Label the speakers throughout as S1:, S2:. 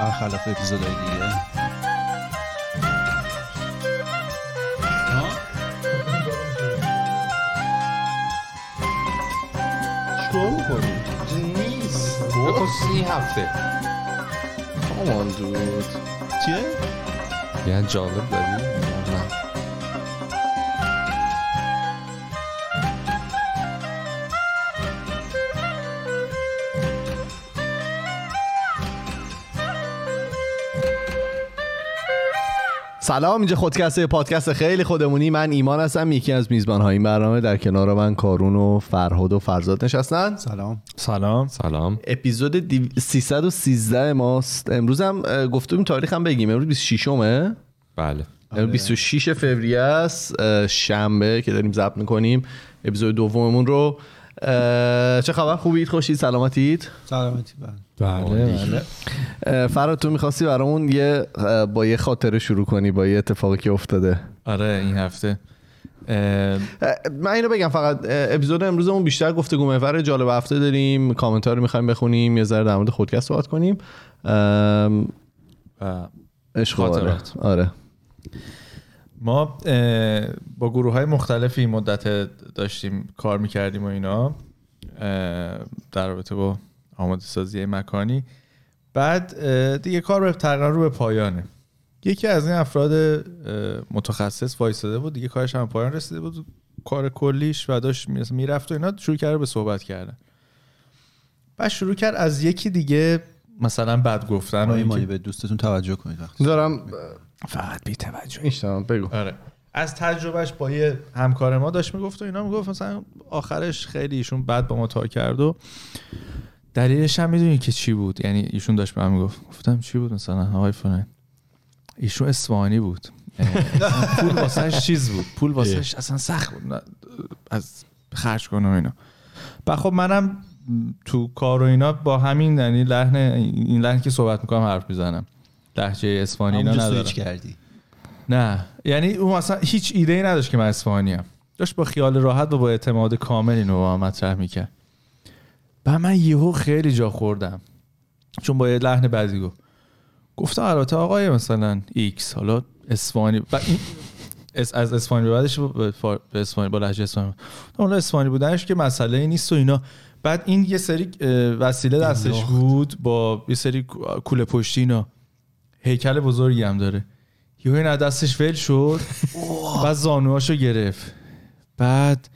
S1: برخلاف اپیزودهای دیگه
S2: چیکار میکنی؟
S3: نیست
S2: بکن سی هفته
S3: کامان دود
S1: چیه؟
S3: یه جالب داری؟ نه
S1: سلام اینجا خودکسته پادکست خیلی خودمونی من ایمان هستم یکی از میزبان این برنامه در کنار من کارون و فرهاد و فرزاد نشستن
S2: سلام
S4: سلام
S3: سلام
S1: اپیزود دیو- 313 ماست امروز هم اه، گفتیم تاریخ هم بگیم امروز 26 همه
S3: بله
S1: امروز 26 فوریه است اه، شنبه که داریم ضبط میکنیم اپیزود دوممون رو اه، چه خبر خوبید خوشید سلامتید
S2: سلامتی بند
S4: بله
S1: اه، فرهاد تو میخواستی برامون یه اه، با یه خاطره شروع کنی با یه اتفاقی که افتاده
S4: آره این هفته اه،
S1: من اینو بگم فقط اه، اپیزود امروزمون بیشتر گفتگو محور جالب هفته داریم کامنت ها رو میخوایم بخونیم یه ذره در مورد خودکست صحبت کنیم ام،
S4: و
S1: عشق و آره.
S4: خاطرات.
S1: آره
S4: ما اه، با گروه های مختلفی این مدت داشتیم کار میکردیم و اینا اه، در رابطه با آماده سازی مکانی بعد اه، دیگه کار به تقریبا رو به پایانه یکی از این افراد اه، متخصص وایستاده بود دیگه کارش هم پایان رسیده بود کار کلیش و داشت میرفت و اینا شروع کرده به صحبت کردن بعد شروع کرد از یکی دیگه مثلا بد گفتن و اینکه-
S2: ایمانی به دوستتون توجه کنید وقتی
S1: دارم
S4: فقط بی توجه
S1: میشتم بگو
S4: آره از تجربهش با یه همکار ما داشت میگفت و اینا میگفت مثلا آخرش خیلی ایشون بد با ما تا کرد و دلیلش هم میدونی که چی بود یعنی ایشون داشت به من میگفت گفتم چی بود مثلا آقای فلان ایشون اصفهانی بود اه، پول واسهش چیز بود پول واسهش اصلا سخت بود نه، از خرج کنه و اینا و خب منم تو کار و اینا با همین یعنی لحن این لحن که صحبت میکنم حرف میزنم لهجه اصفهانی یعنی اینا
S2: همونجا
S4: ندارم
S2: سویچ کردی
S4: نه یعنی اون اصلا هیچ ایده ای نداشت که من اصفهانی داشت با خیال راحت و با اعتماد کامل اینو با من مطرح میکرد و من یهو خیلی جا خوردم چون با یه لحن بدی گفت گفتم البته آقای مثلا ایکس حالا اصفهانی و این- اس- از اصفهانی به بعدش به فار- به اصفهانی با لهجه اصفهانی حالا اصفهانی بودنش که مسئله ای نیست و اینا بعد این یه سری اه، وسیله دستش بود با یه سری کو- کوله پشتی اینا هیکل بزرگی هم داره یهو این از دستش ول شد بعد زانوهاشو گرفت بعد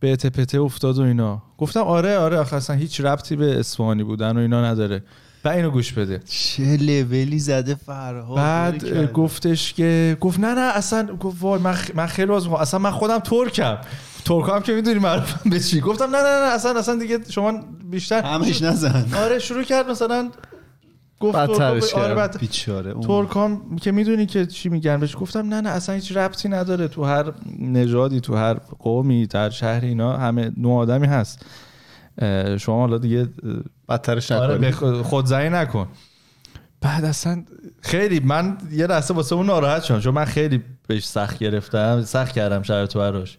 S4: به اتپته افتاد و اینا گفتم آره آره آخه اصلا هیچ ربطی به اصفهانی بودن و اینا نداره و اینو گوش بده
S2: چه لولی زده فرها
S4: بعد گفتش که گفت نه نه اصلا گفت وای من, خ- من خیلی باز اصلا من خودم ترکم ترک هم که میدونی معروفم به چی گفتم نه نه نه اصلا اصلا دیگه شما بیشتر
S2: همش نزن
S4: آره شروع کرد مثلا گفت
S1: بدترش
S4: ترکا- آره
S1: کرد.
S4: بد-
S2: بیچاره اون
S4: ترکان که میدونی که چی میگن بهش گفتم نه نه اصلا هیچ ربطی نداره تو هر نژادی تو هر قومی در شهر اینا همه نوع آدمی هست اه، شما حالا دیگه اه،
S1: بدترش
S4: آره به
S1: نکنی
S4: خود- خودزنی نکن بعد اصلا خیلی من یه لحظه واسه اون ناراحت شدم چون من خیلی بهش سخت گرفتم سخت کردم شرط براش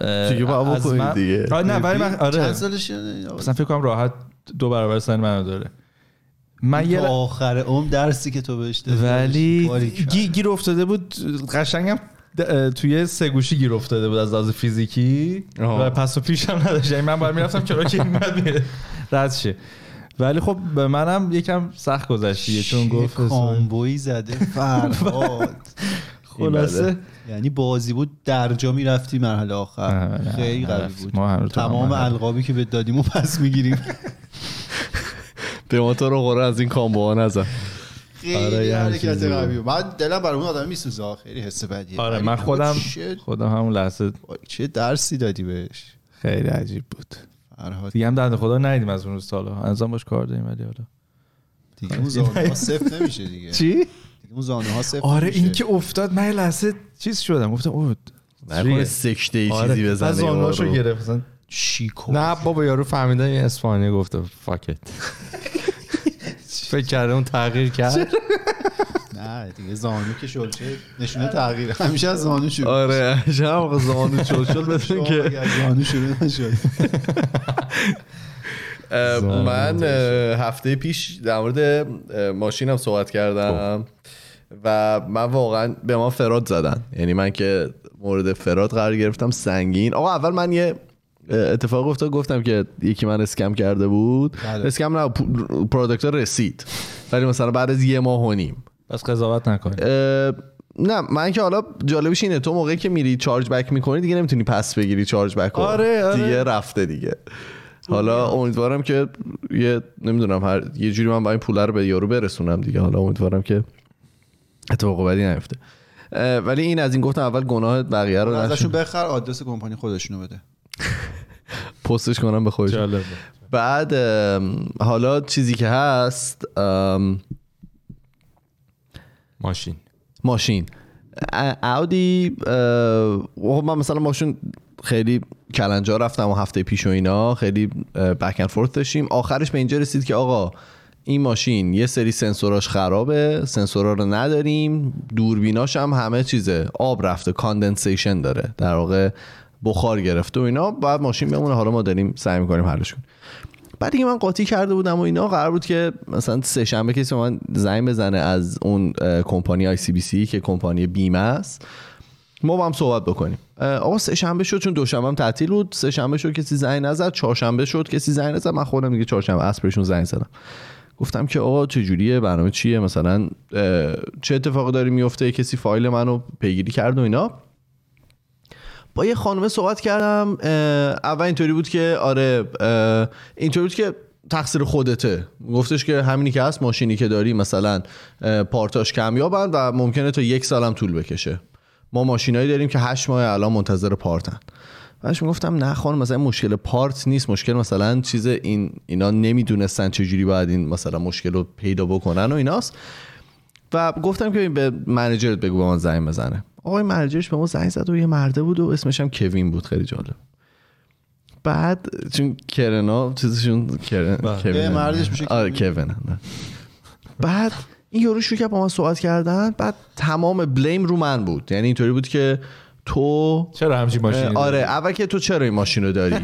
S4: اه،
S1: دیگه باید
S4: از
S1: بکنی
S4: من-
S1: دیگه.
S4: آره نه ولی من
S2: چند
S4: آره
S2: سالش یادم
S4: اصلا فکر کنم راحت دو برابر سن منو داره من
S2: تا
S4: یه
S2: آخر عمر درسی که تو بهش دادی
S4: ولی
S2: باریکلا.
S4: گی- گیر افتاده بود قشنگم د- اه، توی سه گوشی گیر افتاده بود از لحاظ فیزیکی
S1: آه.
S4: و پس و پیش هم نداشت یعنی من باید میرفتم چرا که این بعد میره رد شه ولی خب به منم یکم سخت گذشتیه چون
S2: چه
S4: گفت
S2: کامبویی زده فرهاد
S4: خلاصه
S2: یعنی بازی بود درجا میرفتی مرحله آخر
S4: آره،
S2: خیلی
S4: آره،
S2: قوی
S4: رفت.
S2: بود
S4: ما هم رو تو
S2: تمام
S4: هم
S2: القابی که به دادیم و پس میگیریم
S4: آره،
S1: دماتا رو قرار از این کامبوها نزن
S2: خیلی حرکت قوی بود. من دلم برای اون آدم میسوزه خیلی حس بدیه
S4: آره
S2: ولی
S4: من
S2: بابا
S4: خودم
S2: چه-
S4: خودم همون لحظه
S2: چه درسی دادی بهش
S4: خیلی عجیب بود
S2: فرهاد
S4: دیگه هم دنده خدا ندیدیم از اون روز تا حالا انزام باش کار داریم ولی حالا
S2: دیگه اون زانوها سفت نمیشه دیگه
S4: چی
S2: دیگه اون زانوها سفت
S4: آره
S2: نمیشه.
S4: این که افتاد من یه لحظه چیز شدم گفتم اوه
S1: نکنه سکته ای چیزی
S4: از
S1: بزنه
S4: زانوهاشو
S1: یارو.
S4: آره. گرفت مثلا خب.
S2: شیکو
S3: نه بابا یارو فهمیده این اسپانیا گفته فاکت فکر کرده اون تغییر کرد
S2: نه دیگه زانو که شلچه نشونه تغییر همیشه از زانو شروع
S1: آره شما زانو چلچل بدون
S2: شما
S1: که
S2: اگه از زانو شروع نشد
S1: اه،
S3: زانو
S1: من اه، هفته پیش در مورد اه، ماشینم صحبت کردم و من واقعا به ما فراد زدن یعنی من که مورد فراد قرار گرفتم سنگین آقا اول من یه اه، اتفاق افتاد گفتم که یکی من اسکم کرده بود
S2: بله.
S1: اسکم نه پروداکتر رسید ولی مثلا بعد از یه ماه و نیم
S4: بس قضاوت نکنید
S1: اه، نه من که حالا جالبش اینه تو موقعی که میری چارج بک میکنی دیگه نمیتونی پس بگیری چارج بک رو.
S4: آره، آره.
S1: دیگه رفته دیگه حالا امیدوارم که یه نمیدونم هر یه جوری من با این پوله رو به یارو برسونم دیگه حالا امیدوارم که اتفاق بدی نیفته اه، ولی این از این گفتم اول گناه بقیه رو
S2: ازشون
S1: نشون
S2: بخر آدرس کمپانی خودشونو بده
S1: پستش کنم به خودش
S3: جالبه
S1: بعد ام، حالا چیزی که هست ام،
S3: ماشین
S1: ماشین ا- اودی اه، خب من مثلا ماشین خیلی کلنجا رفتم و هفته پیش و اینا خیلی بک اند فورت داشتیم آخرش به اینجا رسید که آقا این ماشین یه سری سنسوراش خرابه سنسورا رو نداریم دوربیناش هم همه چیزه آب رفته کاندنسیشن داره در واقع بخار گرفته و اینا بعد ماشین بمونه حالا ما داریم سعی میکنیم حلش کنیم بعد دیگه من قاطی کرده بودم و اینا قرار بود که مثلا سه شنبه کسی به من زنگ بزنه از اون اه، کمپانی آی سی بی سی که کمپانی بیمه است ما با هم صحبت بکنیم اه، آقا سه شنبه شد چون دوشنبه هم تعطیل بود سه شنبه شد کسی زنگ نزد چهارشنبه شد کسی زنگ نزد من خودم دیگه چهارشنبه اسپرشون زنگ زدم گفتم که آقا چه جوریه برنامه چیه مثلا اه، چه اتفاقی داری میفته کسی فایل منو پیگیری کرد و اینا با یه خانومه صحبت کردم اه، اول اینطوری بود که آره اه، اینطوری بود که تقصیر خودته گفتش که همینی که هست ماشینی که داری مثلا اه، پارتاش کمیابن و ممکنه تا یک سالم طول بکشه ما ماشینایی داریم که هشت ماه الان منتظر پارتن بعدش میگفتم نه خانم مثلا مشکل پارت نیست مشکل مثلا چیز این اینا نمیدونستن چجوری باید این مثلا مشکل رو پیدا بکنن و ایناست و گفتم که به منیجرت بگو به من زنگ بزنه آقای منیجرش به ما زنگ زد و یه مرده بود و اسمش هم کوین بود خیلی جالب بعد چون کرنا چیزشون کرن کوین
S2: یه
S1: هم.
S2: مردش میشه
S1: آره
S2: کوین.
S1: کوین هم، نه. بعد این یارو شروع کرد با من صحبت کردن بعد تمام بلیم رو من بود یعنی اینطوری بود که تو
S4: چرا همچین ماشینی
S1: آره اول که تو چرا این ماشین رو داری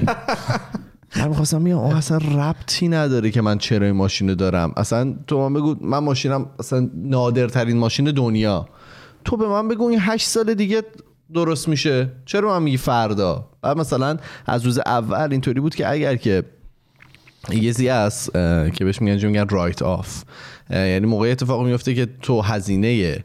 S1: من میخواستم میگم آقا اصلا ربطی نداره که من چرا این ماشین رو دارم اصلا تو من بگو من ماشینم اصلا نادرترین ماشین دنیا تو به من بگو این هشت سال دیگه درست میشه چرا من میگی فردا بعد مثلا از روز اول اینطوری بود که اگر که یه زی هست اه، که بهش میگن چی میگن رایت آف یعنی موقع اتفاق میفته که تو هزینه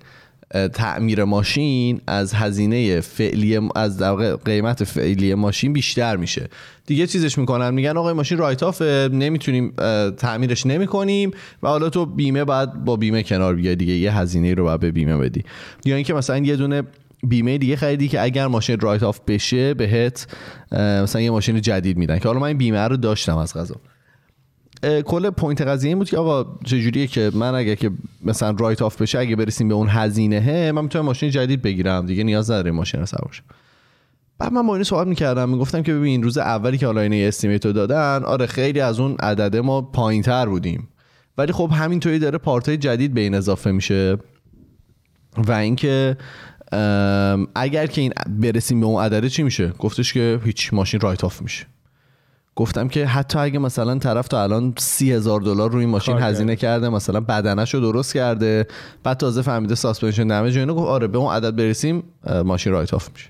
S1: اه، تعمیر ماشین از هزینه فعلی از در واقع قیمت فعلی ماشین بیشتر میشه دیگه چیزش میکنن میگن آقا این ماشین رایت آف نمیتونیم تعمیرش نمیکنیم و حالا تو بیمه بعد با بیمه کنار بیای دیگه یه هزینه رو باید به بیمه بدی یا اینکه مثلا یه دونه بیمه دیگه خریدی که اگر ماشین رایت آف بشه بهت اه، مثلا یه ماشین جدید میدن که حالا من این بیمه رو داشتم از غذا اه، کل پوینت قضیه این بود که آقا چجوریه که من اگه که مثلا رایت آف بشه اگه برسیم به اون هزینه من میتونم ماشین جدید بگیرم دیگه نیاز نداره این ماشین رو سوار شم. بعد من با این صحبت میکردم میگفتم که ببین روز اولی که حالا این استیمیت رو دادن آره خیلی از اون عدده ما پایین تر بودیم ولی خب همینطوری داره پارتای جدید به این اضافه میشه و اینکه ام، اگر که این برسیم به اون عدده چی میشه گفتش که هیچ ماشین رایت آف میشه گفتم که حتی اگه مثلا طرف تا الان سی هزار دلار روی این ماشین
S4: کار
S1: هزینه کرده مثلا بدنش رو درست کرده بعد تازه فهمیده ساسپنشن دمیج و اینا گفت آره به اون عدد برسیم اه، ماشین رایت آف میشه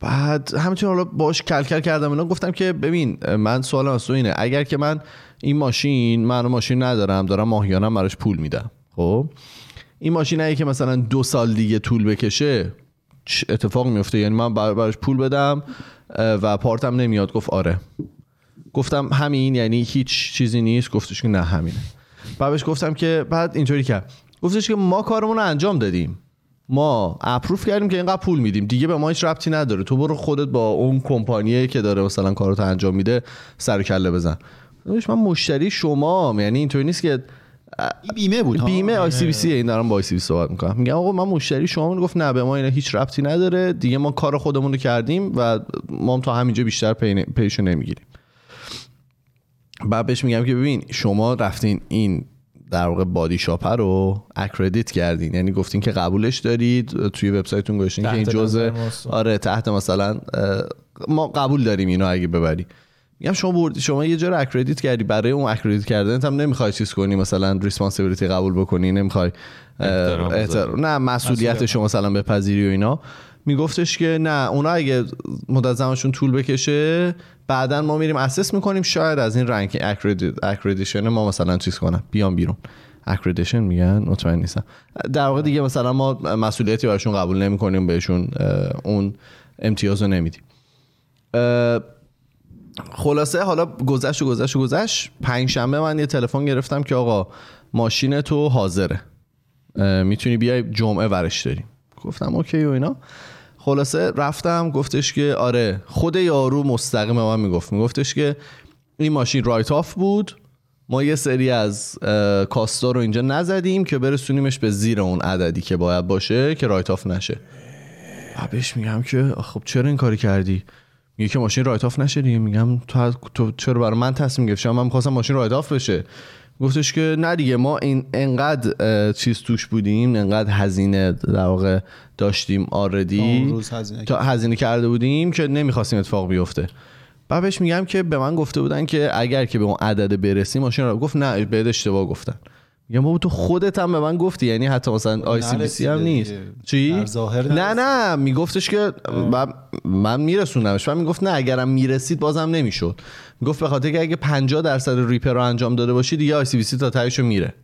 S1: بعد همینطور حالا باش کلکل کردم اینا گفتم که ببین من سوال از تو اینه اگر که من این ماشین من ماشین ندارم دارم ماهیانم براش پول میدم خب این ماشین اگه که مثلا دو سال دیگه طول بکشه چ- اتفاق میفته یعنی من بر- براش پول بدم اه، و پارتم نمیاد گفت آره گفتم همین یعنی هیچ چیزی نیست گفتش که نه همینه بعد بهش گفتم که بعد اینطوری کرد گفتش که ما کارمون رو انجام دادیم ما اپروف کردیم که اینقدر پول میدیم دیگه به ما هیچ ربطی نداره تو برو خودت با اون کمپانیه که داره مثلا کارات انجام میده سر و کله بزن گفتش من مشتری شما یعنی اینطوری نیست که
S2: این بیمه بود ها.
S1: بیمه آی سی بی سی این دارم با آی سی بی سی صحبت میکنم میگم آقا من مشتری شما بود. گفت نه به ما اینا هیچ ربطی نداره دیگه ما کار خودمون رو کردیم و ما هم تا همینجا بیشتر پی- پیشو نمیگیریم بعد بهش میگم که ببین شما رفتین این در واقع بادی شاپر رو اکردیت کردین یعنی گفتین که قبولش دارید توی وبسایتتون گذاشتین که
S4: تحت
S1: این جزء
S4: نظر ماست.
S1: آره تحت مثلا اه، ما قبول داریم اینو اگه ببری میگم شما برد شما یه جا رو اکردیت کردی برای اون اکردیت کردن هم نمیخوای چیز کنی مثلا ریسپانسیبلیتی قبول بکنی نمیخوای اه،
S3: احترام بذاری.
S1: احترام- نه مسئولیت شما مثلا بپذیری و اینا میگفتش که نه اونا اگه مدت زمانشون طول بکشه بعدا ما میریم اسس میکنیم شاید از این رنگ اکردیشن ما مثلا چیز کنم بیام بیرون اکردیشن میگن مطمئن نیستم در واقع دیگه مثلا ما مسئولیتی براشون قبول نمیکنیم بهشون اه، اون امتیاز رو نمیدیم اه، خلاصه حالا گذشت و گذشت و گذشت پنج شنبه من یه تلفن گرفتم که آقا ماشین تو حاضره اه، میتونی بیای جمعه ورش داریم گفتم اوکی و اینا خلاصه رفتم گفتش که آره خود یارو مستقیم به من میگفت میگفتش که این ماشین رایت آف بود ما یه سری از اه، کاستا رو اینجا نزدیم که برسونیمش به زیر اون عددی که باید باشه که رایت آف نشه و بهش میگم که آخ، خب چرا این کاری کردی میگه که ماشین رایت آف نشه دیگه میگم تو, از- تو چرا برای من تصمیم گرفتی شما من میخواستم ماشین رایت آف بشه گفتش که نه دیگه ما این انقدر اه، چیز توش بودیم انقدر هزینه در واقع داشتیم آردی
S2: تا اون روز هزینه
S1: تا هزینه کرده بودیم که نمیخواستیم اتفاق بیفته بعد بهش میگم که به من گفته بودن که اگر که به اون عدد برسیم ماشین رو گفت نه بهت اشتباه گفتن میگم بابا تو خودت هم به من گفتی یعنی حتی مثلا آی سی بی سی
S2: نرسیده
S1: هم نیست
S2: دیگه.
S1: چی
S2: در ظاهر
S1: نه نه میگفتش که من, من میرسونمش من میگفت نه اگرم میرسید بازم نمیشد میگفت به خاطر که اگه 50 درصد ریپر رو انجام داده باشی دیگه آی سی بی سی تا تهش رو میره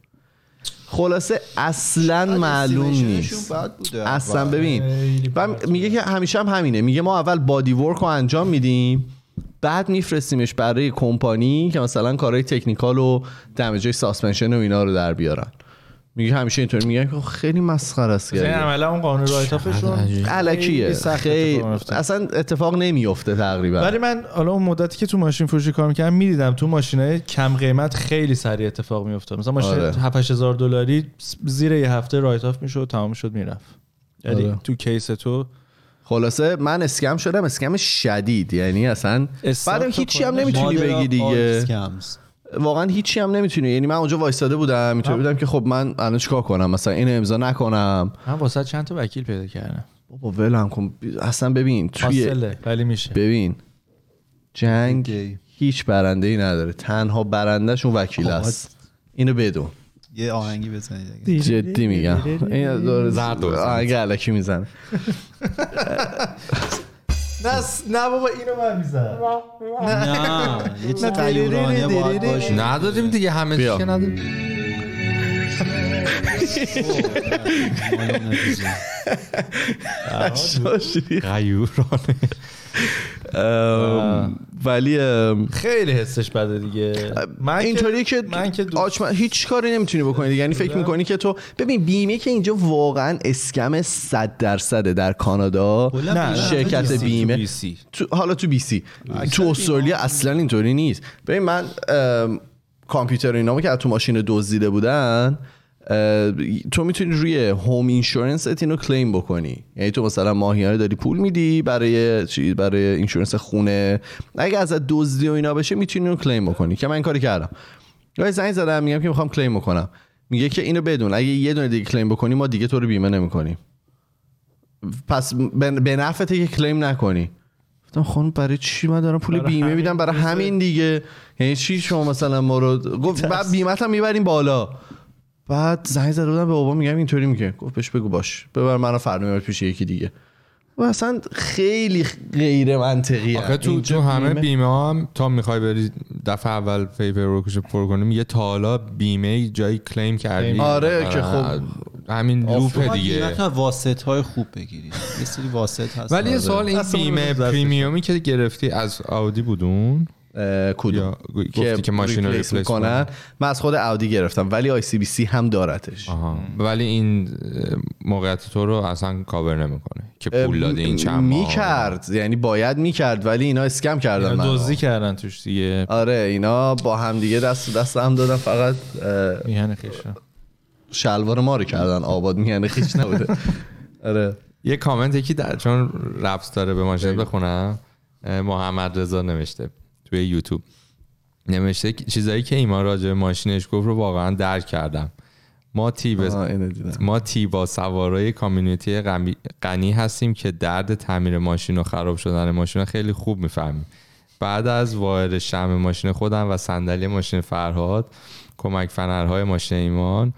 S1: خلاصه اصلا معلوم نیست
S2: بعد بوده
S1: اصلا ببین و میگه که همیشه هم همینه میگه ما اول بادی ورک رو انجام میدیم بعد میفرستیمش برای کمپانی که مثلا کارهای تکنیکال و دمیجای ساسپنشن و اینا رو در بیارن میگه همیشه اینطوری میگه که خیلی مسخره است
S4: این
S1: گریه.
S4: عملا اون قانون رایتافشون
S3: عجیب.
S1: علکیه
S4: خیلی سخت
S1: خیلی
S4: اتفاق میفته.
S1: اصلا اتفاق نمیفته تقریبا
S4: ولی من حالا اون مدتی که تو ماشین فروشی کار میکردم میدیدم تو ماشینای کم قیمت خیلی سریع اتفاق میافتاد مثلا ماشین
S1: آره.
S4: 7 هزار دلاری زیر یه هفته رایت آف میشد تمام شد میرفت یعنی
S1: آره.
S4: تو کیس تو
S1: خلاصه من اسکم شدم اسکم شدید یعنی اصلا
S4: استارت
S1: بعدم
S4: تو
S1: هیچی هم
S4: کنش.
S1: نمیتونی بگی دیگه واقعا هیچی هم نمیتونی یعنی من اونجا وایستاده بودم اینطوری بودم که خب من الان چیکار کنم مثلا اینو امضا نکنم
S4: من واسه چند تا وکیل پیدا کردم
S1: بابا ولم کن اصلا ببین توی
S4: حاصله ولی میشه
S1: ببین جنگ
S2: اوکی.
S1: هیچ برنده ای نداره تنها برندش اون وکیل است اینو بدون
S2: یه آهنگی بزنید اگه.
S1: جدی میگم این دور
S3: زرد و زرد.
S1: اگه علکی میزنه
S4: نه س- نه بابا اینو من میزنم
S2: نه یه چیز تیورانه باید باشه
S3: نداریم دیگه همه چی
S1: بیا.
S3: که نداریم غیورانه
S1: ام، ولی ام،
S4: خیلی حسش بده دیگه من
S1: اینطوری که
S4: من که دوست-
S1: آچ- من- هیچ کاری نمیتونی بکنی دیگه یعنی فکر میکنی که تو ببین بیمه که اینجا واقعا اسکم 100 درصده در کانادا
S4: نه،
S1: شرکت بیمه تو حالا تو بی سی تو استرالیا اصلا اینطوری نیست ببین من ام، کامپیوتر اینا که از تو ماشین دزدیده بودن اه، تو میتونی روی هوم اینشورنس اینو کلیم بکنی یعنی تو مثلا ماهیانه داری پول میدی برای چی برای اینشورنس خونه اگه ازت دزدی و اینا بشه میتونی اینو کلیم بکنی که من این کاری کردم یا زنگ زدم میگم که میخوام کلیم بکنم میگه که اینو بدون اگه یه دونه دیگه کلیم بکنی ما دیگه تو رو بیمه نمیکنیم پس به به نفعته که کلیم نکنی گفتم خانم برای چی من دارم پول
S4: برای
S1: بیمه
S4: همین
S1: میدم برای
S4: چیزه.
S1: همین دیگه یعنی چی شما مثلا ما رو گفت بعد بیمت هم میبریم بالا بعد زنگ زده بودم به بابا میگم اینطوری میگه گفت بهش بگو باش ببر منو فردا میبر پیش یکی دیگه و اصلا خیلی غیر منطقیه
S3: آخه تو,
S1: اینجا
S3: تو همه
S1: بیمه-
S3: بیمه ها هم تا میخوای بری دفعه اول فیور رو کشو پر کنی میگه تا حالا بیمه جایی کلیم کردی
S1: آره که
S3: آه، همین لوپ دیگه
S2: واسط های خوب بگیرید یه سری واسط هست
S1: آره.
S2: آره.
S3: ولی یه سوال این
S4: دستمون
S3: بیمه
S4: رو
S3: پریمیومی که گرفتی از آودی بودون
S1: اه، کدوم
S3: یا گفتی که ماشین رو
S1: ریپلیس
S3: ریپلیس
S1: می‌کنن.
S3: کنن
S1: من از خود اودی گرفتم ولی آی سی بی سی هم دارتش
S3: آها. ولی این اه، موقعیت تو رو اصلا کاور نمیکنه که پول دادی این چند ماه
S1: میکرد یعنی باید میکرد ولی اینا اسکم کردن
S4: اینا
S1: منو.
S4: دزدی کردن توش دیگه
S1: آره اینا با همدیگه دست دست هم دادن فقط اه،
S4: میهن خیشم
S1: شلوار ما رو کردن آباد میهن خیش نبوده آره
S3: یه کامنت یکی در چون ربط داره به ماشین بخونم اه، محمد رضا نوشته توی یوتیوب نوشته که چیزایی که ایمان راجع به ماشینش گفت رو واقعا درک کردم ما تی به-
S1: آها، اینو دیدم.
S3: ما تی با سوارای کامیونیتی غمی- غنی هستیم که درد تعمیر ماشین و خراب شدن ماشین رو خیلی خوب میفهمیم بعد از وارد شم ماشین خودم و صندلی ماشین فرهاد کمک فنرهای ماشین ایمان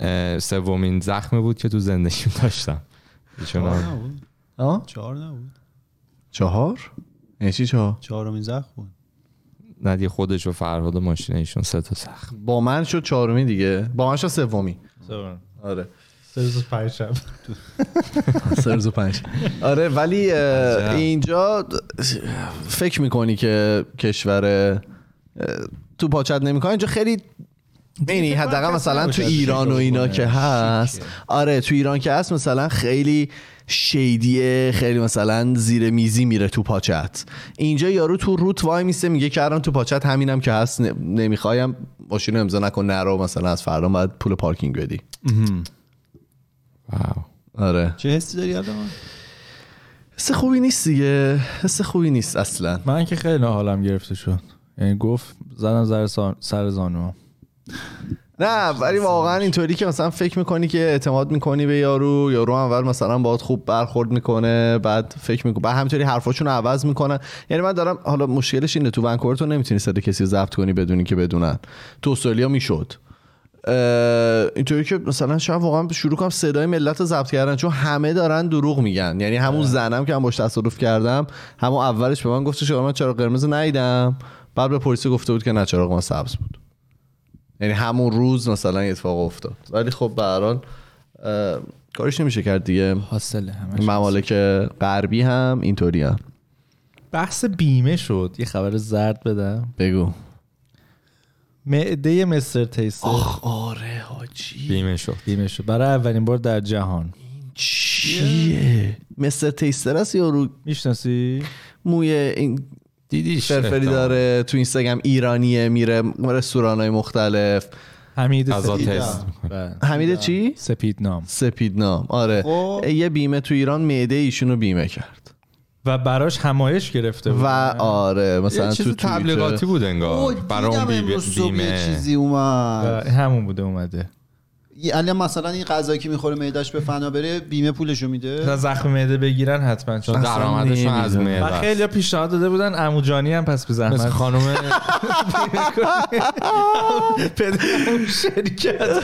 S3: اه، سومین زخم بود که تو زندگیم داشتم چون
S2: چهار
S3: هم-
S2: نبود
S1: آه؟
S2: چهار نبود
S1: چهار یعنی چی چهار
S2: چهارمین زخم بود
S3: نه دیگه خودش و فرهاد و ماشین ایشون سه تا زخم
S1: با من شد چهارمی دیگه با من شد سومی آره
S4: سرویس پرشب
S1: سرز و پنج آره ولی اه، اینجا د- فکر میکنی که کشور اه، تو پاچت نمیکنه اینجا خیلی یعنی
S4: فکر کنم
S1: حداقل
S4: کسی
S1: مثلا تو
S4: نباشه
S1: ایران و
S4: شیک
S1: اینا
S4: بکنه.
S1: که هست آره تو ایران که هست مثلا خیلی شیدیه خیلی مثلا زیر میزی میره تو پاچت اینجا یارو تو روت وای میسته میگه که الان تو پاچت همینم که هست ن- نمیخوایم ماشین رو امضا نکن نرو مثلا از فردا باید پول پارکینگ بدی
S3: واو
S1: آره
S2: چه حسی داری الان
S1: حس خوبی نیست دیگه حس خوبی نیست اصلا
S4: من که خیلی حالم گرفته شد یعنی گفت زدم زر سا- سر زانو
S1: نه ولی واقعا اینطوری که مثلا فکر میکنی که اعتماد میکنی به یارو یارو اول مثلا باهات خوب برخورد میکنه بعد فکر میکنه بعد همینطوری حرفاشون رو عوض میکنن یعنی من دارم حالا مشکلش اینه تو ونکوور تو نمیتونی صدا کسی رو ضبط کنی بدونی که بدونن تو استرالیا میشد اه، اینطوری که مثلا شاید واقعا شروع کنم صدای ملت رو ضبط کردن چون همه دارن دروغ میگن یعنی همون زنم که من باش تصادف کردم همون اولش به من گفته شما من چرا قرمز ندیدم بعد به پلیس گفته بود که نه چراغ من سبز بود یعنی همون روز مثلا این اتفاق افتاد ولی خب به هر حال، اه، کارش نمیشه کرد دیگه
S4: حاصل همش
S1: ممالک غربی هم اینطوری هم
S4: بحث بیمه شد یه خبر زرد بدم
S1: بگو
S4: معده مستر تیسر
S1: آره حاجی
S3: بیمه شد
S4: بیمه شد برای اولین بار در جهان
S1: چیه مستر تیستر است یا رو
S4: میشناسی
S1: موی این
S3: دیدیش
S1: فرفری
S3: احتمال.
S1: داره تو اینستاگرام ایرانیه میره رستوران های مختلف
S4: حمید
S3: غذا
S4: سپید
S3: تست می‌کنه.
S1: حمید چی؟
S4: سپید نام
S1: سپید نام آره
S2: خب.
S1: یه بیمه تو ایران معده ایشون رو بیمه کرد
S4: و براش همایش گرفته بود
S1: و آره مثلا
S3: یه
S1: تو
S3: چیز
S1: توییتر.
S3: تبلیغاتی بود انگار برای اون بیمه-
S2: یه
S3: بیمه
S2: چیزی اومد
S4: و همون بوده اومده
S2: یه- الان مثلا این غذایی که میخوره معدهش به فنا بره بیمه پولشو میده
S4: مثلا زخم معده بگیرن حتما چون
S3: درآمدشون از
S1: نمی‌دونم.
S4: و
S3: معده
S4: خیلی پیشنهاد داده بودن عمو جانی هم پس به
S3: مثل
S4: زحمت
S3: خانم
S4: پدرم شرکت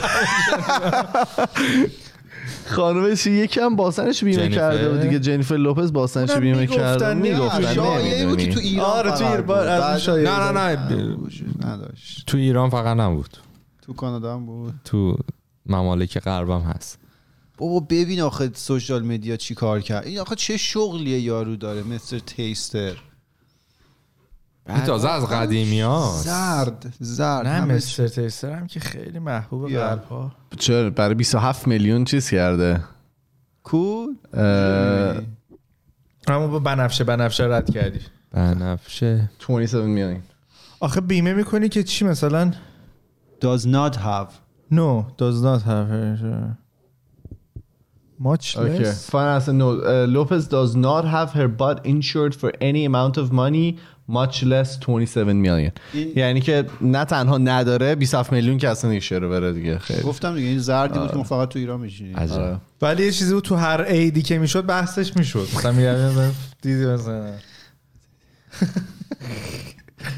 S1: خانومش یکم باسنش بیمه
S3: جنیفر.
S1: کرده بود دیگه جنیفر لوپز باسنش
S4: اونم
S1: بیمه
S4: میگفتن،
S1: کرده
S4: میگفتن.
S1: میگفتن
S2: شایعه بود که تو ایران
S4: آره، تو
S2: فقط
S4: ایران،
S2: بود.
S4: از
S2: بعد-
S4: این شایعه
S3: نه نه نه
S2: وجود نداشت
S3: تو ایران فقط نبود
S2: تو کانادا هم بود
S3: تو ممالک غربم هست
S2: بابا ببین آخه سوشال مدیا چی کار کرد این آخه چه شغلیه یارو داره مستر تیستر
S3: این تازه از قدیمی هاست
S2: زرد زرد
S4: نه
S2: همه
S4: مستر تیسر هم که خیلی محبوب
S2: بیا.
S4: قلب ها
S1: چرا برای 27 میلیون چیز کرده
S2: کول
S1: اه،
S4: اما با بنفشه بنفشه رد کردی
S3: بنفشه
S1: 27 میلیون
S4: آخه بیمه میکنی که چی مثلا
S2: does not have
S4: No, does not have her. Much
S1: Okay.
S4: less.
S1: Finance and note. Uh, Lopez does not have her butt insured for any amount of money, much less 27 million.
S2: این-
S1: یعنی که نه تنها نداره 27 میلیون که اصلا ایشه رو بره دیگه خیلی
S2: گفتم دیگه این زردی بود که ما فقط تو ایران میشینیم
S1: آره.
S3: عجب
S4: ولی یه چیزی بود تو هر عیدی که میشد بحثش میشد مثلا میگم مثلا دیدی مثلا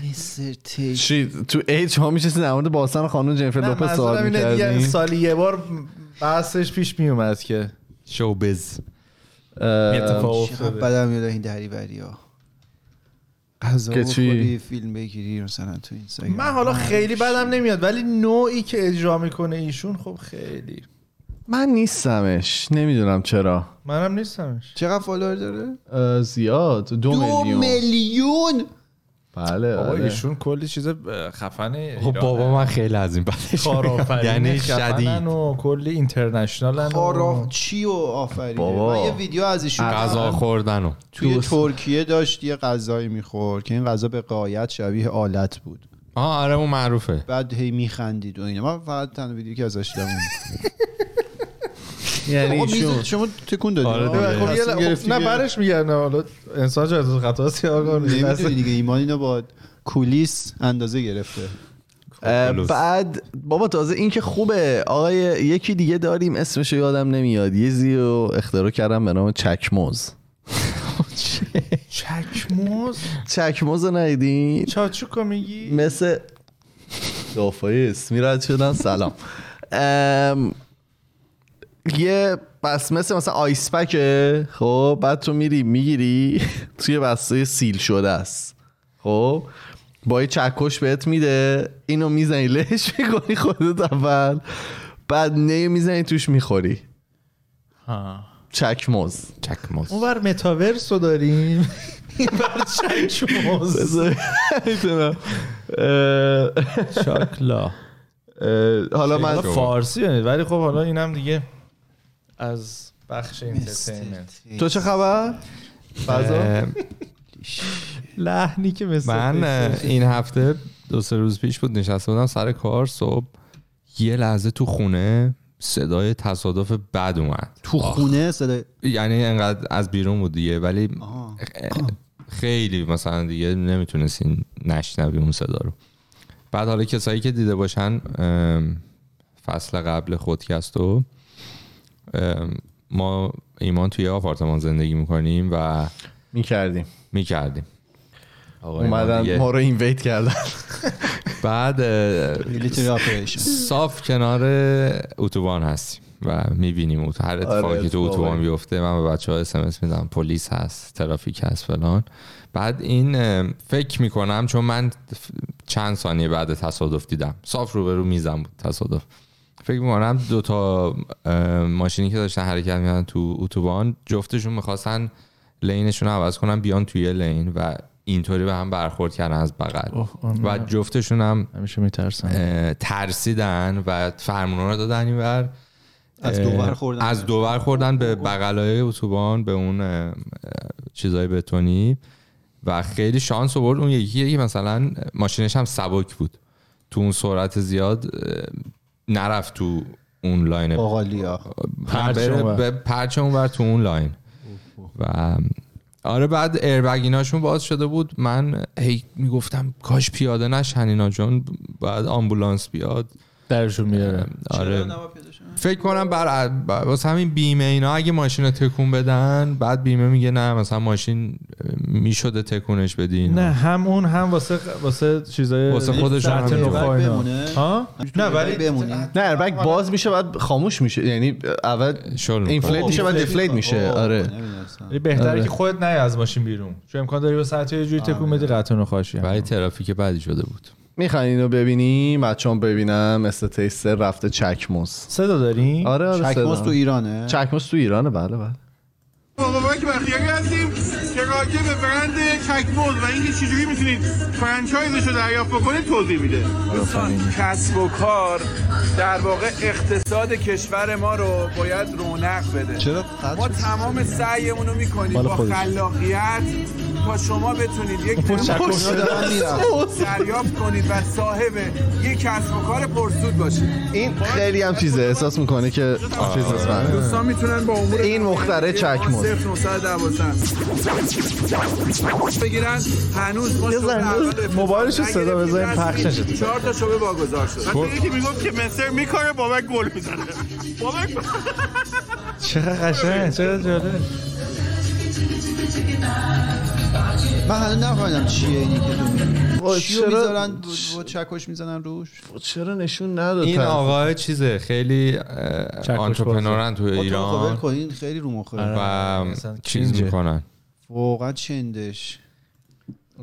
S2: مستر تیستر
S1: چی تو ایج ها میشه در مورد باستان خانم جنیفر
S4: نه
S1: لوپز
S4: منظورم
S1: سوال
S4: اینه دیگه
S1: میکردیم
S4: سالی یه بار بحثش پیش میومد که
S3: شوبز
S4: اتفاق افتاده
S2: بدم میاد این دریوری ها غذا
S1: که چی؟
S2: بخوری فیلم بگیری مثلا تو اینستاگرام
S4: من حالا خیلی بدم نمیاد ولی نوعی که اجرا میکنه ایشون خب خیلی
S1: من نیستمش نمیدونم چرا
S4: منم نیستمش
S2: چقدر فالوور داره
S1: اه، زیاد دو,
S2: دو
S1: میلیون
S2: میلیون
S1: بله
S4: بابا
S1: بله
S4: ایشون کلی چیز خفنه
S3: خب بابا من خیلی از این بدش میاد.
S4: کارآفرین
S3: یعنی
S4: خفنن
S3: شدید
S4: و کلی اینترنشنالن
S2: خارا چی و آفرین
S1: بابا.
S2: من یه ویدیو از ایشون
S3: غذا
S2: دیدم.
S3: خوردن و
S2: توی ترکیه داشت یه غذایی میخورد که این غذا به قایت شبیه آلت بود
S3: آه آره اون معروفه
S2: بعد هی میخندید و اینا من فقط تنها ویدیو که ازش دیدم اون.
S1: یعنی
S2: آقا میز-
S1: ایشون
S2: شما تکون دادی
S3: آره
S2: آقا.
S3: دیگه.
S2: تصمیم
S4: خب یه-
S2: گرفتی
S4: خب نه
S2: که-
S4: برش میگردن حالا انسان جایز خطا است یا آقا
S2: نمی‌دونی دیگه ایمان اینو با کولیس اندازه گرفته
S1: اه،
S3: خلوص.
S1: بعد بابا تازه این که خوبه آقای یکی دیگه داریم اسمش رو یادم نمیاد یه زیو اختراع کردم به نام چکموز
S4: چکموز
S1: چکموز رو ندیدین
S4: چاچوکو میگی
S1: مثل دوفایی اسمی رد شدن سلام ام، یه بس مثل مثلا آیس پکه خب بعد تو میری میگیری توی بسته سیل شده است خب با یه چکش بهت میده اینو میزنی لش میکنی خودت اول بعد نه میزنی توش میخوری چکمز
S3: چکموز
S4: اونور متاورس رو داریم اینور چکموز
S1: بذار- نمی‌دونم. اه،
S4: چاکلا
S1: اه، حالا من
S4: حالا فارسی ولی خب حالا اینم دیگه از بخش اینترتینمنت
S1: تو چه خبر؟ فضا
S4: لحنی که مثل
S3: من اه، این هفته دو سه روز پیش بود نشسته بودم سر کار صبح یه لحظه تو خونه صدای تصادف بد اومد
S2: تو خونه صدا
S3: یعنی انقدر از بیرون بود دیگه ولی
S2: آها.
S3: خ- خیلی مثلا دیگه نمیتونستین نشنوی اون صدا رو بعد حالا کسایی که دیده باشن ام، فصل قبل خودکست رو ام، ما ایمان توی آپارتمان زندگی میکنیم و
S1: میکردیم
S3: میکردیم
S1: اومدن ما رو اینویت کردن
S3: بعد اه،
S2: میلیتری اپریشن
S3: صاف کنار اتوبان هستیم و میبینیم اوت هر اتفاقی
S1: آره،
S3: که تو
S1: اتفاقی.
S3: اتوبان بیفته من به بچه ها اسمس میدم پلیس هست ترافیک هست فلان بعد این اه، فکر میکنم چون من ف- چند ثانیه بعد تصادف دیدم صاف روبرو میزم بود تصادف فکر میکنم دو تا اه، ماشینی که داشتن حرکت میکردن تو اتوبان جفتشون میخواستن لینشون رو عوض کنن بیان توی لین و اینطوری به هم برخورد کردن از بغل
S4: اوه، آه،
S3: و
S4: نه.
S3: جفتشون هم
S4: همیشه میترسم
S3: اه، ترسیدن و فرمون رو دادن این ور
S2: از
S3: اه،
S2: دوور خوردن
S3: از دوور خوردن به بغلای اتوبان به اون اه، اه، چیزای بتونی و خیلی شانس آورد اون یکی یکی مثلا ماشینش هم سبک بود تو اون سرعت زیاد اه، نرفت تو اون لاین
S2: باقالیا
S4: پرچم
S3: بره
S4: اونور.
S3: به پرچم اونور تو اون لاین و آره بعد ایربگ ایناشون باز شده بود من هی میگفتم کاش پیاده نشن اینا چون بعد آمبولانس بیاد
S4: درشون میاره
S3: آره فکر کنم بر بر- واسه همین بیمه اینا اگه ماشین رو تکون بدن بعد بیمه میگه نه مثلا ماشین میشده تکونش بدین
S4: نه هم اون هم واسه واسه چیزای
S3: واسه خودشون
S4: سطح
S3: همینجور.
S4: رفاه اینا.
S2: بمونه؟
S4: ها نه ولی
S2: بمونی
S1: نه اربک باز میشه بعد خاموش میشه یعنی اول
S3: شل می‌کنه.
S1: اینفلیت میشه بعد دیفلیت میشه آره
S2: خب، نمی‌دونستم.
S4: ولی یعنی بهتره
S1: آره.
S4: که خودت نیا از ماشین بیرون چون امکان داری واسه ساعت یه جوری تکون بدی قطعا رو خاشی
S3: ولی ترافیک بدی شده بود
S1: میخواین اینو ببینیم بچه هم ببینم مثل تیستر رفته چکموز
S4: صدا داری
S1: آره آره
S2: چکماز تو
S1: صدا.
S2: ایرانه
S1: چکموز تو ایرانه بله بله
S5: آقا ما که بختیاری هستیم که راجع به برند چکمول و اینکه چجوری میتونید فرانچایزش رو دریافت بکنید توضیح میده
S6: کسب و کار در واقع اقتصاد کشور ما رو باید رونق بده
S2: چرا قد
S6: ما تمام سعیمون رو میکنیم
S2: مال
S6: با
S2: خودشه.
S6: خلاقیت تا شما بتونید یک نمایش
S2: دارم میرم
S6: دریافت کنید و صاحب یک کسب و کار پرسود باشید
S1: این خیلی هم چیزه احساس میکنه که چیز نیست من.
S6: دوستان میتونن با امور
S1: این مختره چکمون.
S6: 0912 بگیرن هنوز ما شغل اول
S4: موبایلشو
S6: افتاد.
S4: صدا
S6: نگرفتیم،
S4: بزنیم، پخش
S6: رسمی
S4: نشه.
S6: چهار تا شعبه واگذار شد
S5: مثل یکی میگفت که مستر میکاره بابک گل میزنه بابک
S4: چقدر قشنگ چقدر جالب
S2: من هنوز نفهمیدم چیه اینی که تو میگی
S1: وای،
S2: چیو
S1: چرا-
S2: میذارن با چکش میزنن روش
S1: چرا نشون نداد
S3: این
S1: طرف؟
S3: آقای چیزه خیلی آنترپرنورن تو
S1: خب،
S2: ایران
S3: ایران
S2: کنین خیلی رو مخه
S1: آره.
S3: و
S4: مثلا
S3: چیز
S4: کینجه.
S3: میکنن
S2: واقعا چندش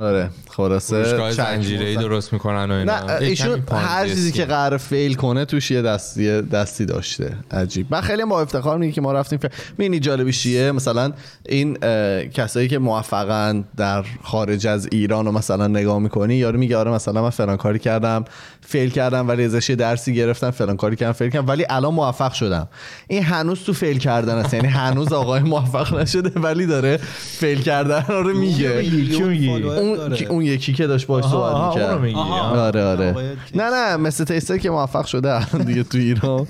S1: آره خلاصه
S3: فروشگاه زنجیره ای
S1: چکمز.
S3: درست میکنن و اینا
S1: نه
S3: یکم
S1: ایشون
S3: این پاند
S1: هر چیزی
S3: دستی.
S1: که قرار فیل کنه توش یه دستی یه دستی داشته عجیب من خیلی با افتخار میگم که ما رفتیم فیل میبینی جالبش چیه مثلا این اه، کسایی که موفقن در خارج از ایران رو مثلا نگاه میکنی یارو میگه آره مثلا من فلان کاری کردم فیل کردم ولی ازش یه درسی گرفتم فلان کاری کردم فیل کردم ولی الان موفق شدم این هنوز تو فیل کردن است یعنی هنوز آقای موفق نشده ولی داره فیل کردن رو میگه
S4: کیو میگی؟
S1: اون, اون یکی که داشت باش
S4: آره. آها، آها،
S1: صحبت
S4: اونو
S1: میکرد
S4: میگی. آها.
S1: آره آره
S2: باید که-
S1: نه نه مثل تیستر که موفق شده الان دیگه تو ایران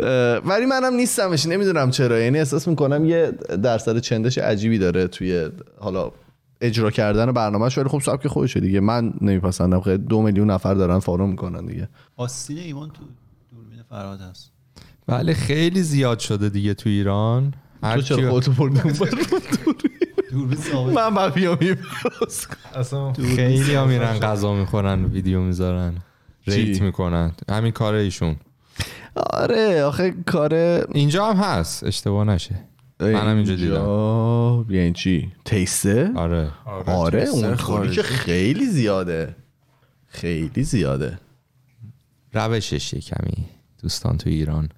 S1: اه، ولی منم نیستمش نمیدونم چرا یعنی احساس میکنم یه درصد چندش عجیبی داره توی حالا اجرا کردن برنامهش ولی خب سبک خودشه دیگه من نمیپسندم خیلی دو میلیون نفر دارن فالو میکنن دیگه
S2: آستین ایمان تو دوربین فراد هست
S3: بله خیلی زیاد شده دیگه تو ایران هر
S1: تو چرا
S3: کیو-
S1: خودتو بردی اون بر؟ من با بیام یه پست کنم.
S4: اصلا
S3: خیلی ها میرن غذا میخورن ویدیو میذارن ریت
S1: چی؟
S3: میکنن همین کار ایشون
S1: آره آخه کار
S3: اینجا هم هست اشتباه نشه منم اینجا
S1: دیدم یعنی چی تیسته
S3: آره
S1: آره
S2: تیسته
S1: اون خوری
S2: خارجی.
S1: که خیلی زیاده خیلی زیاده
S3: روشش یه کمی دوستان تو ایران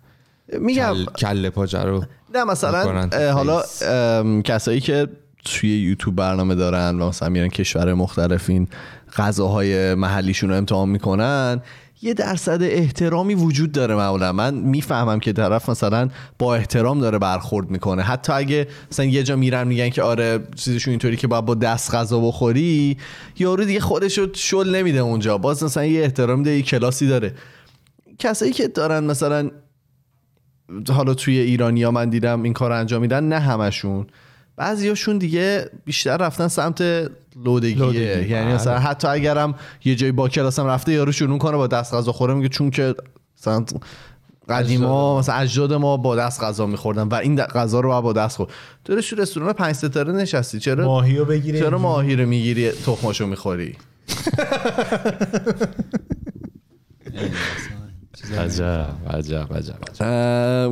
S1: میگم
S3: کل, کله پاچه رو
S1: نه
S3: می‌کنن
S1: مثلا
S3: تو
S1: اه، حالا
S3: فیس.
S1: ام، کسایی که توی یوتیوب برنامه دارن و مثلا میرن کشور مختلف این غذاهای محلیشون رو امتحان میکنن یه درصد احترامی وجود داره معمولا من میفهمم که طرف مثلا با احترام داره برخورد میکنه حتی اگه مثلا یه جا میرن میگن که آره چیزشون اینطوری که باید با دست غذا بخوری یارو دیگه خودش رو شل نمیده اونجا باز مثلا یه احترام ده یه کلاسی داره کسایی که دارن مثلا حالا توی ایرانیا من دیدم این کار رو انجام میدن نه همشون بعضیاشون دیگه بیشتر رفتن سمت لودگیه
S4: لودگی.
S1: یعنی مثلا حتی اگرم یه جایی با کلاسم رفته یارو شروع کنه با دست غذا خوره میگه چون که مثلا قدیما مثلا اجداد ما با دست غذا میخوردن و این غذا رو باید با دست خورد تو تو رستوران پنج ستاره نشستی چرا
S4: ماهیو بگیره
S1: چرا ماهی رو میگیری تخمشو میخوری
S3: عجب عجب عجب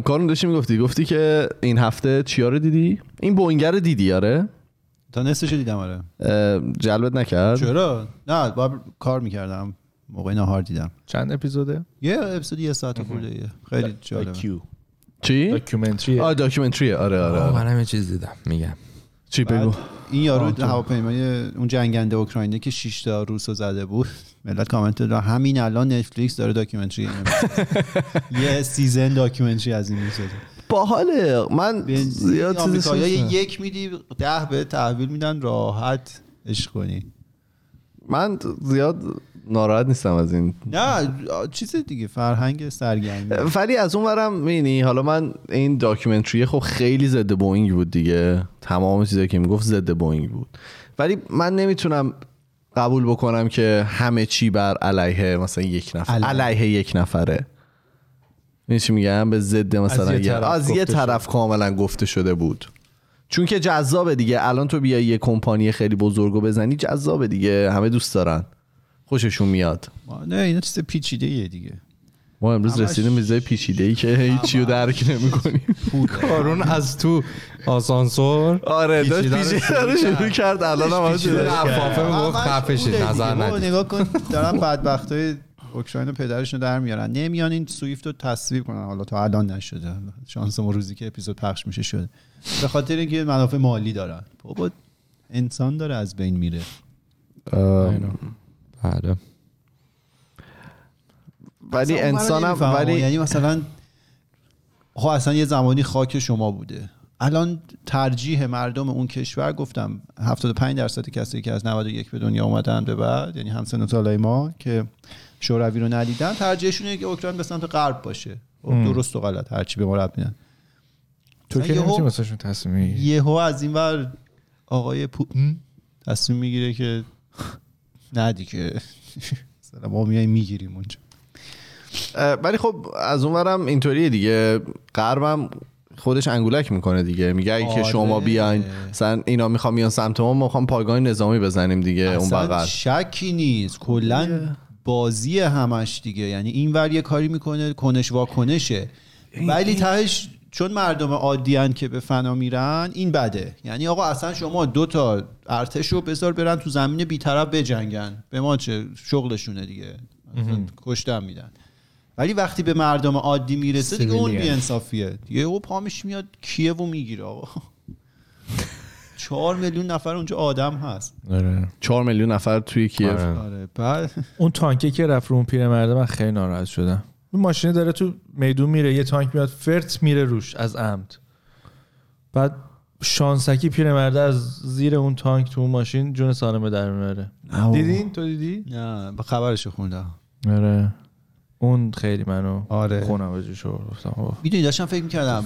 S1: کارون داشتی میگفتی گفتی که این هفته چیا رو دیدی این بونگر دیدی آره
S2: تا نصفش دیدم آره
S1: اه، جلبت نکرد
S2: چرا نه با کار میکردم موقع نهار دیدم
S4: چند اپیزوده
S2: یه اپیزود یه ساعت خورده یه. خیلی جالب
S1: چی
S4: داکیومنتری
S1: آ داکیومنتریه آره آره آره.
S3: منم یه چیز دیدم میگم
S1: چی بگو
S2: این یارو هواپیمای اون جنگنده اوکراینی که 6 تا روسو زده بود ملت کامنت داره همین الان نتفلیکس داره داکیومنتری اینو می‌سازه. یه سیزن داکیومنتری از این میسازه
S1: باحاله من زیاد چیزی
S2: آمریکایی‌ها
S1: نمی‌شناسم.
S2: یک میدی ده به تحویل میدن راحت عشق کنی
S1: من زیاد ناراحت نیستم از این
S2: نه چیز دیگه فرهنگ سرگرمی
S1: ولی از اون ورم می‌بینی حالا من این داکیومنتری خب خیلی ضد بوینگ بود دیگه تمام چیزایی که میگفت ضد بوینگ بود ولی من نمیتونم قبول بکنم که همه چی بر علیه مثلا یک نفر
S2: علیه.
S1: علیه, یک نفره این چی میگم به ضد مثلا
S4: یه
S1: یه-
S4: طرف
S1: از یه
S4: گفته شده.
S1: طرف کاملا گفته شده بود چون که جذابه دیگه الان تو بیای یه کمپانی خیلی بزرگو بزنی جذابه دیگه همه دوست دارن خوششون میاد
S2: ما- نه اینا چیز پیچیده دیگه
S1: ما امروز
S2: همش-
S1: رسیدیم به چیزای پیچیده ای که هیچی رو درک نمیکنیم
S3: کارون از تو آسانسور
S1: آره داشت
S3: پیچیدن رو
S1: پیچیده رو شروع کرد الان هم
S3: پیچیدن
S1: آره.
S3: لفافه میگفت
S2: همش
S3: خفشید
S2: بوده
S3: نظر
S2: دیگه. بابا
S3: ندید
S2: نگاه کن دارن بدبخت های اوکراین و پدرشون در میارن نمیان این سویفت رو تصویب کنن حالا تا الان نشده شانس ما روزی که اپیزود پخش میشه شده به خاطر اینکه منافع مالی دارن بابا انسان داره از بین میره
S3: بله
S1: ولی انسانم ولی
S2: یعنی مثلا خب اصلا یه زمانی خاک شما بوده الان ترجیح مردم اون کشور گفتم 75 درصد کسایی که از 91 به دنیا اومدن به بعد یعنی همسن و سالای ما که شوروی رو ندیدن ترجیحشون اینه که اوکراین به سمت غرب باشه خب، درست و غلط هرچی به ما رب میدن
S4: تو که
S2: یهو-
S4: نمیتونی واسهشون تصمیم بگیری.
S2: یهو از این ور آقای پوتین تصمیم میگیره که نه دیگه مثلا ما میایم میگیریم اونجا
S1: اه، ولی خب از اونورم اینطوریه دیگه غربم خودش انگولک میکنه دیگه میگه اگه که
S2: آره.
S1: شما بیاین مثلا اینا میخوام بیان سمت ما ما میخوام پایگاه نظامی بزنیم دیگه اون
S2: اصلا
S1: بغل
S2: شکی نیست کلا بازی همش دیگه یعنی این ور یه کاری میکنه کنش واکنشه ولی تهش چون مردم عادی هن که به فنا میرن این بده یعنی آقا اصلا شما دو تا ارتش رو بذار برن تو زمین بیطرف بجنگن به ما چه شغلشونه دیگه اصلا کشتن میدن ولی وقتی به مردم عادی میرسه دیگه اون
S4: سیویلیان.
S2: بیانصافیه دیگه او پامش میاد کیه و میگیره آقا چهار میلیون نفر اونجا آدم هست
S4: آره.
S1: چهار میلیون نفر توی کیف
S3: آره.
S2: آره بعد
S4: اون تانکه که رفت رو اون پیرمرده من خیلی ناراحت شدم این ماشینه داره تو میدون میره یه تانک میاد فرت میره روش از عمد بعد شانسکی پیرمرده از زیر اون تانک تو اون ماشین جون سالمه در میاره دیدین تو دیدی
S2: نه به خبرشو خوندم
S4: آره اون خیلی منو
S2: آره.
S4: خونواجه شد گفتم اوه.
S2: میدونی داشتم فکر میکردم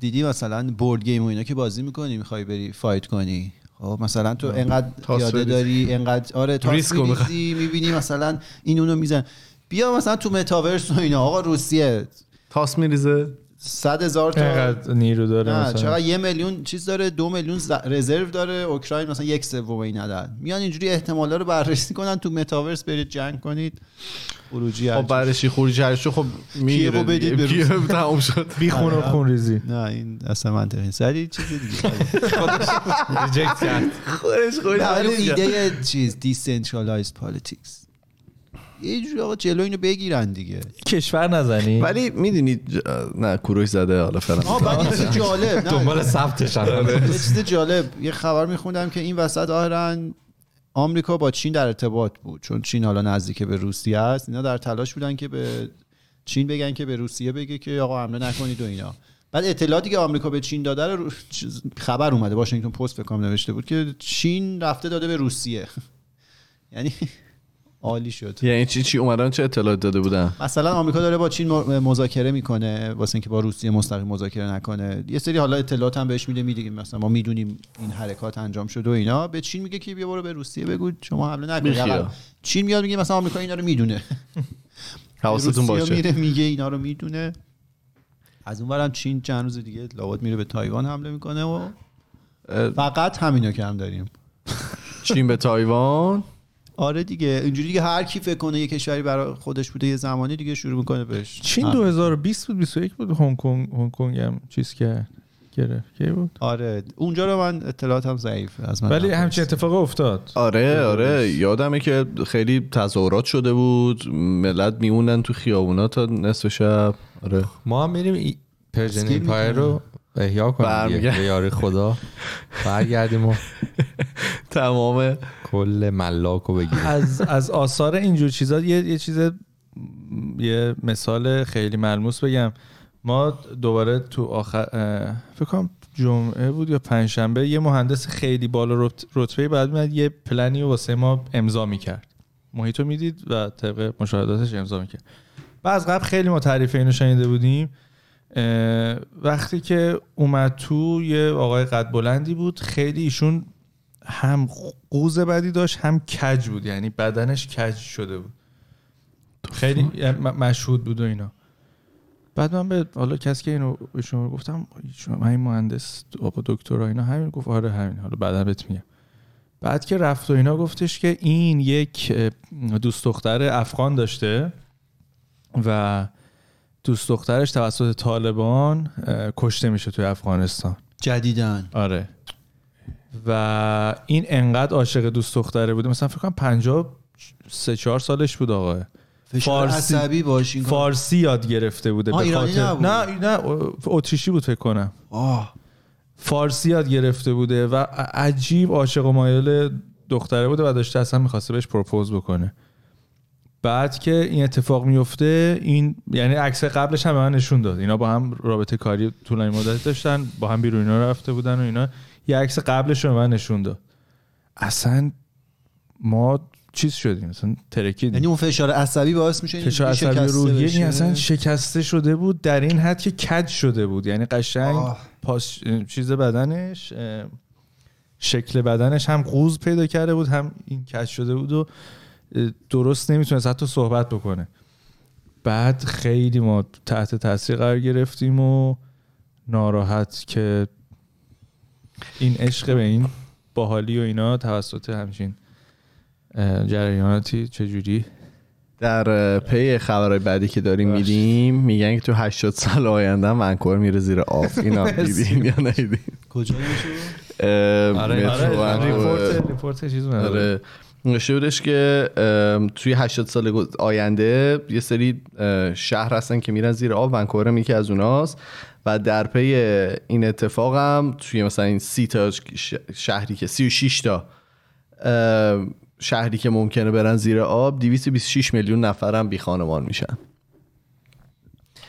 S2: دیدی مثلا بورد گیم و اینا که بازی میکنی میخوای بری فایت کنی خب مثلا تو انقدر
S1: تاس
S2: پیاده
S1: بریزی.
S2: داری انقدر آره تاس
S1: ریسک رو می‌خوای.
S2: میریزی میبینی مثلا این اونو میزن بیا مثلا تو متاورس و اینا آقا روسیه
S1: تاس میریزه
S2: صد هزار تا
S4: چقدر نیرو داره
S2: نه
S4: مثلا.
S2: چقدر یه میلیون چیز داره دو میلیون ز- رزرو داره اوکراین مثلا یک سوم این عدد میان اینجوری احتمالا رو بررسی کنن تو متاورس برید جنگ کنید خروجی
S1: خب برشی خروجی هرشو خب میگیره
S2: کیوو بدید به روسیه.
S1: کیو تموم شد
S4: بی خون و خون ریزی
S2: نه این اصلا منطقی نیست ولی چیز دیگه آره.
S3: ریجکت کرد
S1: خودش خودش
S2: نه، ولی
S1: ولی
S2: اون ایده چیز دیسنترالایز پالیتیکس یه جوری آقا جلو اینو بگیرن دیگه
S4: کشور نزنی
S1: ولی میدونی نه کوروش زده حالا
S2: آه
S1: فعلا
S2: بعد یه چیز جالب نه
S3: دنبال ثبتش الان.
S4: آره.
S2: یه چیز جالب یه خبر میخوندم که این وسط آهرن آمریکا با چین در ارتباط بود چون چین حالا نزدیک به روسیه است اینا در تلاش بودن که به چین بگن که به روسیه بگه که آقا حمله نکنید و اینا بعد اطلاعاتی که آمریکا به چین داده رو رو- چیز- خبر اومده واشنگتن پست بکام نوشته بود که چین رفته داده به روسیه یعنی عالی شد
S1: یعنی چی چی اومدن چه اطلاعات داده بودن
S2: مثلا آمریکا داره با چین م- مذاکره میکنه واسه اینکه با روسیه مستقیم مذاکره نکنه یه سری حالا اطلاعات هم بهش میده میدیم مثلا ما میدونیم این حرکات انجام شده و اینا به چین میگه که بیا برو به روسیه بگو شما حمله
S1: بیخیال.
S2: نکنید چین میاد میگه مثلا آمریکا اینا رو میدونه
S1: حواستون
S2: روسیه
S1: باشه
S2: میره میگه اینا رو میدونه از اونورم چین چند روز دیگه لابد میره به تایوان حمله میکنه و
S1: اه.
S2: فقط همینو که هم داریم
S1: چین به تایوان
S2: آره دیگه اینجوری دیگه هر کی فکر کنه یه کشوری برای خودش بوده یه زمانی دیگه شروع میکنه بهش
S4: چین 2020 بود 21 بود هنگ کنگ هنگ کنگ هم چیز کرد گرفت کی بود
S2: آره اونجا رو من اطلاعاتم ضعیف از من
S4: ولی
S2: نپرس.
S4: همچین اتفاق افتاد
S1: آره آره یادمه که خیلی تظاهرات شده بود ملت میموندن تو خیابونا تا نصف شب آره
S3: ما هم میریم ای- پرژن
S2: اسکی
S3: امپایر رو احیا کنیم دیگه.
S1: برمیگرد.
S3: به یاری خدا برگردیم و
S1: تمام
S3: کل ملاک رو بگیریم
S4: از از آثار اینجور چیزا یه یه چیز یه مثال خیلی ملموس بگم ما دوباره تو آخر اه، فکر کنم جمعه بود یا پنجشنبه یه مهندس خیلی بالا رت- رتبه بعد میاد یه پلنی رو واسه ما امضا میکرد محیطو میدید و طبق مشاهداتش امضا میکرد و از قبل خیلی ما تعریف اینو شنیده بودیم اه، وقتی که اومد تو یه آقای قد بلندی بود خیلی ایشون هم قوز بدی داشت هم کج بود یعنی بدنش کج شده بود خیلی یعنی م- مشهود بود و اینا بعد من به حالا کسی که اینو به شما گفتم شما من این مهندس آقا دکترا اینا همین گفت آره همین حالا بعدا بهت میگم بعد که رفت و اینا گفتش که این یک اه، دوست دختر افغان داشته و دوست دخترش توسط طالبان اه، کشته میشه توی افغانستان
S2: جدیدن
S4: آره و این انقدر عاشق دوست دختره بوده مثلا فکر کنم 50 سه چهار سالش بود آقا
S2: فشار
S4: فارسی.
S2: عصبی باشین
S4: فارسی یاد گرفته بوده
S2: آه،
S4: به
S2: ایرانی
S4: خاطر
S2: نبود.
S4: نه نه اتریشی بود فکر کنم
S2: آه
S4: فارسی یاد گرفته بوده و ع- عجیب عاشق و مایل دختره بوده و داشته اصلا میخواسته بهش پروپوز بکنه بعد که این اتفاق میفته این یعنی عکس قبلش هم به من نشون داد اینا با هم رابطه کاری طولانی مدت داشتن با هم بیرون اینا رفته بودن و اینا یه عکس قبلش رو به من نشون داد اصلا ما چیز شدیم مثلا ترکیدیم
S2: یعنی اون فشار عصبی باعث میشه این
S4: فشار
S2: دیگه
S4: عصبی
S2: شکسته
S4: روحیه
S2: بشه.
S4: این اصلا شکسته شده بود در این حد که کج شده بود یعنی قشنگ
S2: آه.
S4: پاس چیز بدنش اه، شکل بدنش هم قوز پیدا کرده بود هم این کج شده بود و اه، درست نمیتونست حتی صحبت بکنه بعد خیلی ما تحت تاثیر قرار گرفتیم و ناراحت که این عشق به این باحالی و اینا توسط همچین اه، جریاناتی چجوری
S1: در پی خبرهای بعدی که داریم میدیم میگن که تو 80 سال آینده هم انکور میره زیر آب اینا دیدین یا ندیدین
S2: کجا میشه
S1: آره
S4: ریپورت ریپورت چیز نداره.
S1: آره نوشته بودش که ام، توی 80 سال گذ- آینده یه سری اه، شهر هستن که میرن زیر آب ونکوور هم یکی از اوناست و در پی این اتفاق هم توی مثلا این سی تا ش- شهری که 36 تا ام، شهری که ممکنه برن زیر آب 226 میلیون نفر هم بی خانمان میشن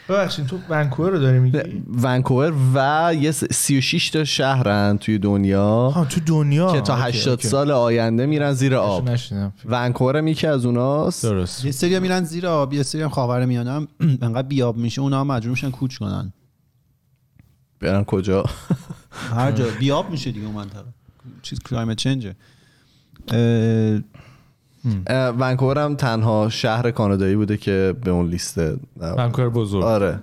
S4: ببخشید تو ونکوور رو داری میگی
S1: ونکوور و یه س- 36 تا شهرن توی دنیا
S4: ها تو دنیا
S1: که تا
S4: اوکی،
S1: 80
S4: اوکی.
S1: سال آینده میرن زیر
S4: خب.
S1: آب
S4: نشنیدم
S1: ونکوور هم یکی از اوناست
S4: درست
S2: یه سری میرن زیر آب یه سری هم خاورمیانه هم انقدر بیاب میشه اونا هم مجبور میشن کوچ کنن
S1: برن کجا
S2: هر جا بیاب میشه دیگه اون منطقه چیز کلایمت چنجه
S1: اه، ونکوور هم تنها شهر کانادایی بوده که به اون لیست نبود.
S4: ونکوور بزرگ
S1: آره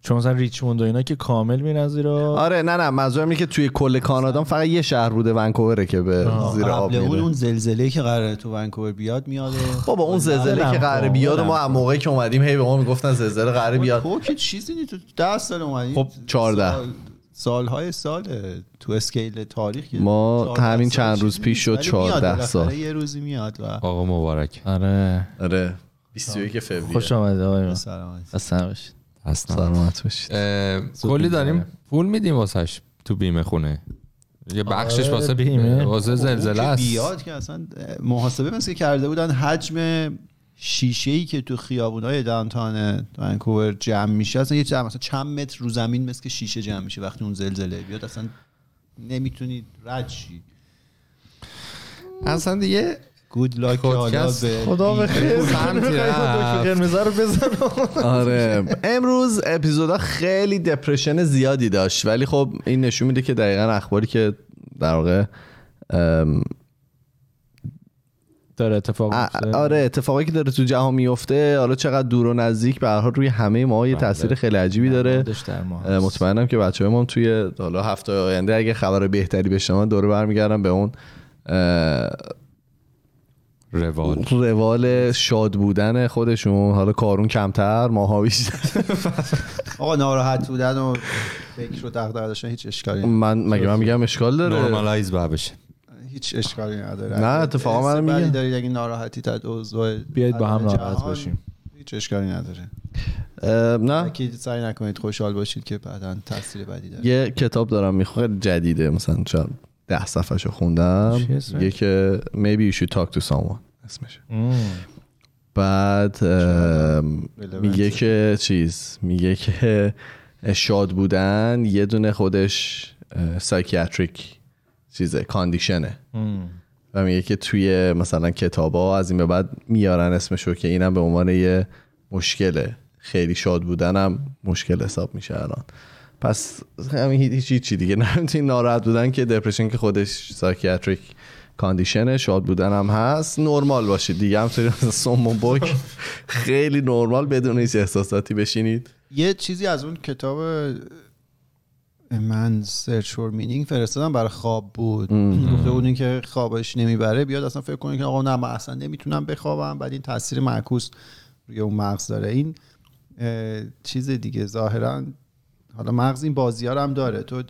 S4: چون مثلا ریچموند و اینا که کامل میرن زیرا
S1: آره نه نه منظورم اینه که توی کل کانادا فقط یه شهر بوده ونکووره که به زیر آب
S2: قبل اون
S1: میره
S2: اون زلزله که قراره تو ونکوور بیاد میاد و-
S1: بابا اون زلزله
S2: آدم
S1: که قراره بیاد و ما از موقعی که اومدیم هی به ما میگفتن زلزله قراره بیاد
S2: تو خب که چیزی نی تو ده سال اومدی
S1: خب، چهارده.
S2: سال- سالهای ساله تو اسکیل تاریخ که
S1: ما
S2: چهارده
S1: همین
S2: سال
S1: چند
S2: چیزی
S1: روز پیش
S2: نیست،
S1: شد
S2: ولی میاد
S1: چهارده
S2: بالاخره
S1: سال.
S2: یه روزی میاد و
S3: آقا مبارک
S4: آره
S1: آره 21 فوریه
S4: خوش آمده آقای من
S2: سلامت
S4: خسته نباشید.
S3: اصلا
S1: سلامت باشید
S3: اه، کلی داریم پول میدیم واسش تو بیمه خونه یه بخشش
S4: آره،
S3: واسه
S4: بیمه.
S3: واسه زلزله
S2: خب، اون که
S3: است
S2: بیاد که اصلا محاسبه مثل که کرده بودن حجم شیشه ای که تو خیابونای دانتان ونکوور جمع میشه اصلا یه چند مثلا چند متر رو زمین مثل که شیشه جمع میشه وقتی اون زلزله بیاد اصلا نمیتونید رد شی
S3: اصلا دیگه
S2: گود لاک حالا
S3: پادکست
S2: به
S4: خدا به خیر
S3: سمتی رفت.
S4: قرمزه رو بزن
S1: آره امروز اپیزودا خیلی دپرشن زیادی داشت ولی خب این نشون میده که دقیقا اخباری که در واقع ام،
S4: داره اتفاق
S1: ا-
S4: میفته.
S1: آره اتفاقایی که داره تو جهان میفته حالا چقدر دور و نزدیک به هر حال روی همه ما
S4: بله.
S1: یه تاثیر خیلی عجیبی داره
S4: نمادش در ما
S1: اه،
S4: هست.
S1: مطمئنم که بچه های ما هم توی حالا هفته آینده اگه خبر بهتری بشه من دوره برمیگردم به اون اه،
S4: آره.
S3: روال
S1: روال شاد بودن خودشون حالا کارون کمتر ماها بیشتر
S2: آقا ناراحت بودن و فکر رو دغدغه داشتن هیچ اشکالی نداره.
S1: من مگه من میگم اشکال داره
S3: نورمالایز باید بشه
S2: هیچ اشکالی نداره
S1: نه، اتفاقا منم
S2: حس بدی
S1: میگم.
S2: دارید اگه ناراحتی تا عضو
S4: بیایید با هم
S2: جهان،
S4: راحت باشیم.
S2: هیچ اشکالی نداره
S1: اه، نه
S2: که سعی نکنید خوشحال باشید که بعدا تاثیر بدی داره
S1: یه کتاب دارم میخوام جدیده مثلا چند ده صفحه رو خوندم
S4: چی اسمش؟
S1: یه که maybe you should talk to someone اسمش
S4: مم.
S1: بعد ام،
S2: relevant.
S1: میگه که چیز میگه که شاد بودن یه دونه خودش سایکیاتریک چیزه کاندیشنه
S4: مم.
S1: و میگه که توی مثلا کتابا از این به بعد میارن اسمشو که اینم به عنوان یه مشکله خیلی شاد بودنم مشکل حساب میشه الان پس همین هیچ هیچ- هیچی دیگه نه توی ناراحت بودن که دپرشن که خودش سایکیاتریک کاندیشنه شاد بودن هم هست نرمال باشید دیگه همطوری مثلا سم و بک خیلی نرمال بدون هیچ احساساتی بشینید
S2: یه چیزی از اون کتاب من سرچ فور مینینگ فرستادم برای خواب بود گفته بود که خوابش نمیبره بیاد اصلا فکر کنید که آقا نه من اصلا نمیتونم بخوابم بعد این تاثیر معکوس روی اون مغز داره این اه، چیز دیگه ظاهرا حالا مغز این بازی ها رو هم داره تو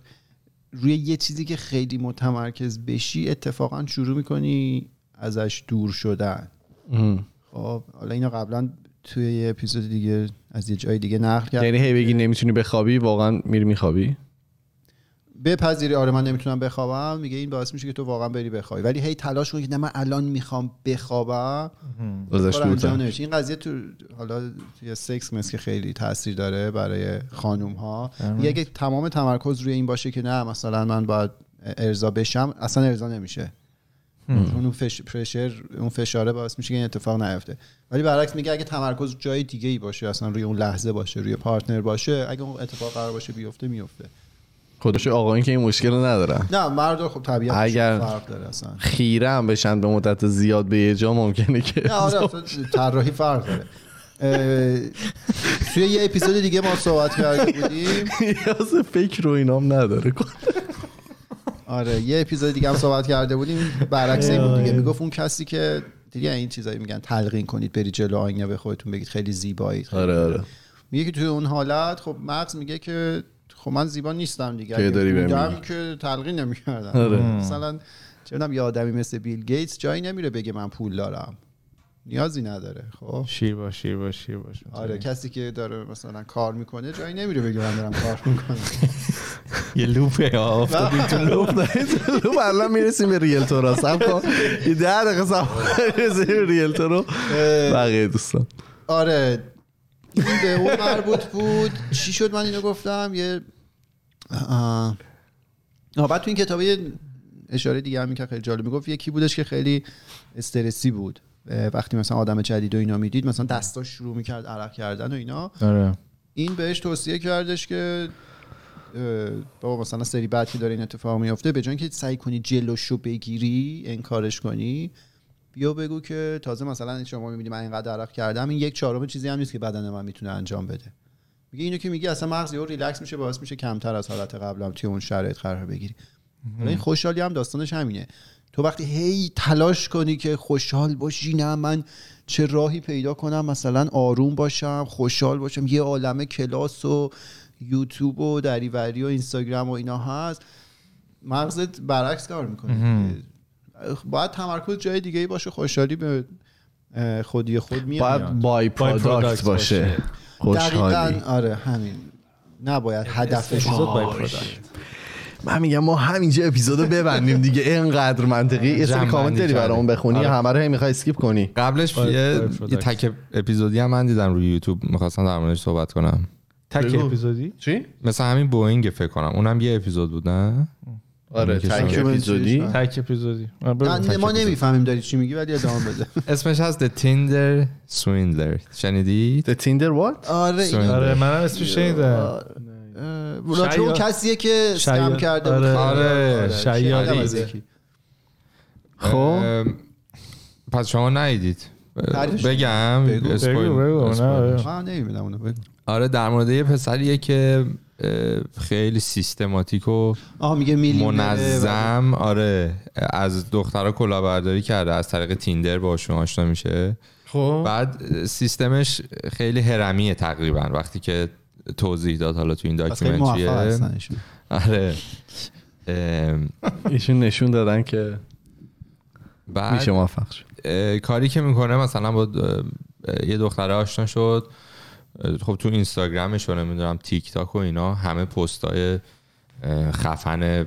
S2: روی یه چیزی که خیلی متمرکز بشی اتفاقا شروع میکنی ازش دور شدن خب حالا اینو قبلا توی یه اپیزود دیگه از یه جای دیگه نقل کردم
S1: یعنی هی بگی نمیتونی بخوابی واقعا میری میخوابی
S2: بپذیری آره من نمیتونم بخوابم میگه این باعث میشه که تو واقعا بری بخوابی ولی هی تلاش کنی که نه من الان میخوام بخوابم
S1: ازش
S2: کار انجام
S1: دورتر
S2: نمیشه. این قضیه تو حالا توی سکس مثل که خیلی تاثیر داره برای خانوم ها میگه اگه تمام تمرکز روی این باشه که نه مثلا من باید ارضا بشم اصلا ارضا نمیشه چون اون فش، پرشر اون فشاره باعث میشه که این اتفاق نیفته ولی برعکس میگه اگه تمرکز جای دیگه ای باشه اصلا روی اون لحظه باشه روی پارتنر باشه اگه اون اتفاق قرار باشه بیفته میفته
S1: خودش آقایون که این مشکل رو ندارن
S2: نه مرد خب طبیعت
S1: اگر-
S2: فرق داره اصلا
S1: خیره هم بشن به مدت زیاد به یه جا ممکنه که
S2: نه آره اصلا طراحی فرق داره اه، توی یه اپیزود دیگه ما صحبت کرده بودیم
S1: نیاز فکر رو اینام نداره
S2: آره یه اپیزود دیگه هم صحبت کرده بودیم برعکس این بود دیگه میگفت اون کسی که دیگه این چیزایی میگن تلقین کنید برید جلو آینه به خودتون بگید خیلی زیبایید خیلی
S1: آره آره
S2: میگه که توی اون حالت خب مغز میگه که خب من زیبا نیستم دیگه
S1: که
S2: اگه
S1: داری بهم
S2: بودم
S1: میگی.
S2: که تلقین نمیکردم
S1: آره.
S2: مثلا چه می‌دونم یه آدمی مثل بیل گیتس جایی نمیره بگه من پول دارم نیازی نداره خب
S4: شیر باش شیر باش شیر باش
S2: آره کسی که داره مثلا کار میکنه جایی نمیره بگه من دارم کار میکنم
S3: یه لوپه ها
S1: خب الان میرسیم به ریل تورا سب کن یه ده دقیقه سب کن. رسیم به ریل تورا بقیه دوستان
S2: آره این به اون مربوط بود چی شد من اینو گفتم یه آه. آه، بعد تو این کتابه یه اشاره دیگه هم میکرد خیلی جالب میگفت یکی بودش که خیلی استرسی بود اه، وقتی مثلا آدم جدید و اینا میدید مثلا دستاش شروع میکرد عرق کردن و اینا
S4: آره
S2: این بهش توصیه کردش که اه، بابا مثلا سری بعد که داره این اتفاق میفته به جای اینکه سعی کنی جلوشو بگیری انکارش کنی بیا بگو که تازه مثلا شما میبینی من اینقدر عرق کردم این یک چهارم چیزی هم نیست که بدن من میتونه انجام بده میگه اینو که میگه اصلا مغز یهو ریلکس میشه باعث میشه کمتر از حالت قبلم توی اون شرایط قرار بگیری حالا این خوشحالی هم داستانش همینه تو وقتی هی تلاش کنی که خوشحال باشی نه من چه راهی پیدا کنم مثلا آروم باشم خوشحال باشم یه عالمه کلاس و یوتیوب و دریوری و اینستاگرام و اینا هست مغزت برعکس کار میکنه باید تمرکز جای دیگه ای باشه خوشحالی به اه، خودی خود میاد
S1: باید بای پروداکت
S4: پروداکت
S1: باشه
S4: باشه.
S1: خوشحالی
S2: دقیقا آره همین نباید هدفش
S4: اپیزود بای
S2: باشه.
S4: پروداکت.
S1: من میگم ما همینجا اپیزودو ببندیم دیگه اینقدر منطقی یه سری
S3: جمع‌بندی
S1: کامنت داری برامون
S3: کردیم.
S1: بخونی
S3: آره.
S1: همه رو هی میخوای اسکیپ کنی
S3: قبلش
S4: باید-
S3: یه,
S4: باید شد.
S3: یه تک اپیزودی هم من دیدم روی یوتیوب میخواستم در موردش صحبت کنم
S4: تک
S1: بگو.
S4: اپیزودی
S1: چی
S3: مثل همین بوینگ فکر کنم اونم یه اپیزود بود نه
S1: آره
S3: می‌کشم.
S1: تک اپیزودی
S4: تک اپیزودی آه، بگو.
S2: نه، ما نمیفهمیم داری چی میگی ولی ادامه بده
S3: اسمش هست The Tinder Swindler شنیدی؟
S1: The Tinder what
S2: آره اینو-
S3: سوین.
S4: آره منم اسمش شنیدم
S2: اه، راجع به اون
S4: شاید-
S2: کسیه که سکم
S4: شاید-
S2: کرده
S4: آره.
S3: آره
S4: شیادی.
S2: شیادی. از یکی.
S1: خب
S3: ام، پس شما ندیدید
S2: تعریفش
S3: بگم
S2: بگو.
S3: اسپویل-
S4: بگو، بگو، نه،
S3: اسپویل.
S4: آره.
S2: من نمی‌بینم اونو بگو
S3: آره در مورد یه پسریه که اه، خیلی سیستماتیک و
S2: آها میگه بله. میلیونره.
S3: منظم آره از دخترها کلاهبرداری کرده از طریق تیندر باشون آشنا میشه
S1: خب
S3: بعد سیستمش خیلی هرمیه تقریبا وقتی که توضیح داد حالا تو این
S2: پس خیلی موفق
S3: داکیومنتریه
S2: هستن ایشون.
S3: آره ام،
S1: ایشون نشون دادن که
S3: بعد
S1: میشه موفق شد
S3: اه، کاری که میکنه مثلا با اه، اه، یه دختره آشنا شد اه، خب تو اینستاگرامش و نمیدونم تیک تاک و اینا همه پستای اه، خفن اه،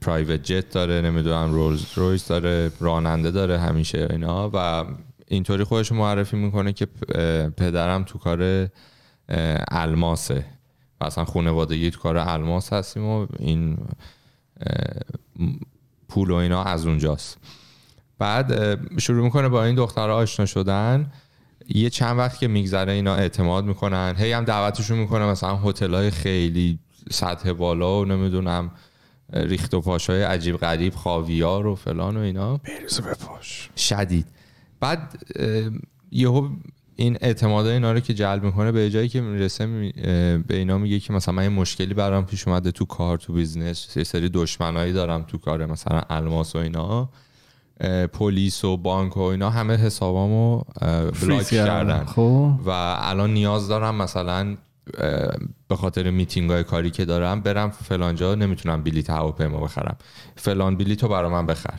S3: پرایوت جت داره نمیدونم رولز رویس داره راننده داره همیشه اینا و اینطوری خودش رو معرفی میکنه که پ- اه، پدرم تو کار اه، الماسه و اصلا خانوادگی تو کار الماس هستیم و این اه، م- پول و اینا از اونجاست بعد اه، شروع میکنه با این دخترها آشنا شدن یه چند وقت که میگذره اینا اعتماد میکنن هی هم دعوتشون میکنه مثلا هتل های خیلی سطح بالا و نمیدونم ریخت و پاش های عجیب غریب خاویار و فلان و اینا شدید بعد اه، یهو این اعتماد اینا رو که جلب میکنه به جایی که میرسه می- اه، به اینا میگه که مثلا من یه مشکلی برام پیش اومده تو کار تو بیزنس یه سری دشمنایی دارم تو کار مثلا الماس و اینا اه، پلیس و بانک و اینا همه حسابامو اه، بلاک
S1: فریز کردن.
S3: کردن
S1: خب
S3: و الان نیاز دارم مثلا اه، به خاطر میتینگ های کاری که دارم برم فلان جا نمیتونم بلیت هواپیما بخرم فلان بلیت رو برا من بخر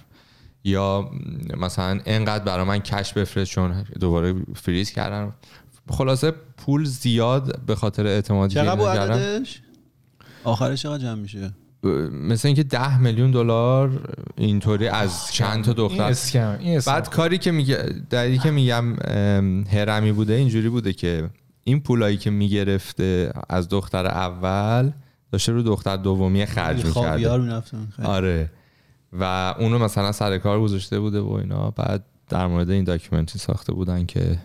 S3: یا مثلا انقدر برا من کش بفرست چون دوباره فریز کردم خلاصه پول زیاد به خاطر اعتمادی که
S2: چقدر بود
S3: اینا کردن،
S2: عددش آخرش چقدر جمع میشه
S3: اه، مثل اینکه ده میلیون دلار اینطوری از چند تا
S4: این
S3: دختر
S4: اسکم این اسکم
S3: بعد کاری که میگه دلیلی که میگم ام، هرمی بوده اینجوری بوده که این پولایی که میگرفته از دختر اول داشته رو دختر دومی خرج
S2: خاویار
S3: میکرده
S2: میرفتم
S3: آره و اونو مثلا سر کار گذاشته بوده و اینا بعد در مورد این داکیومنتری ساخته بودن که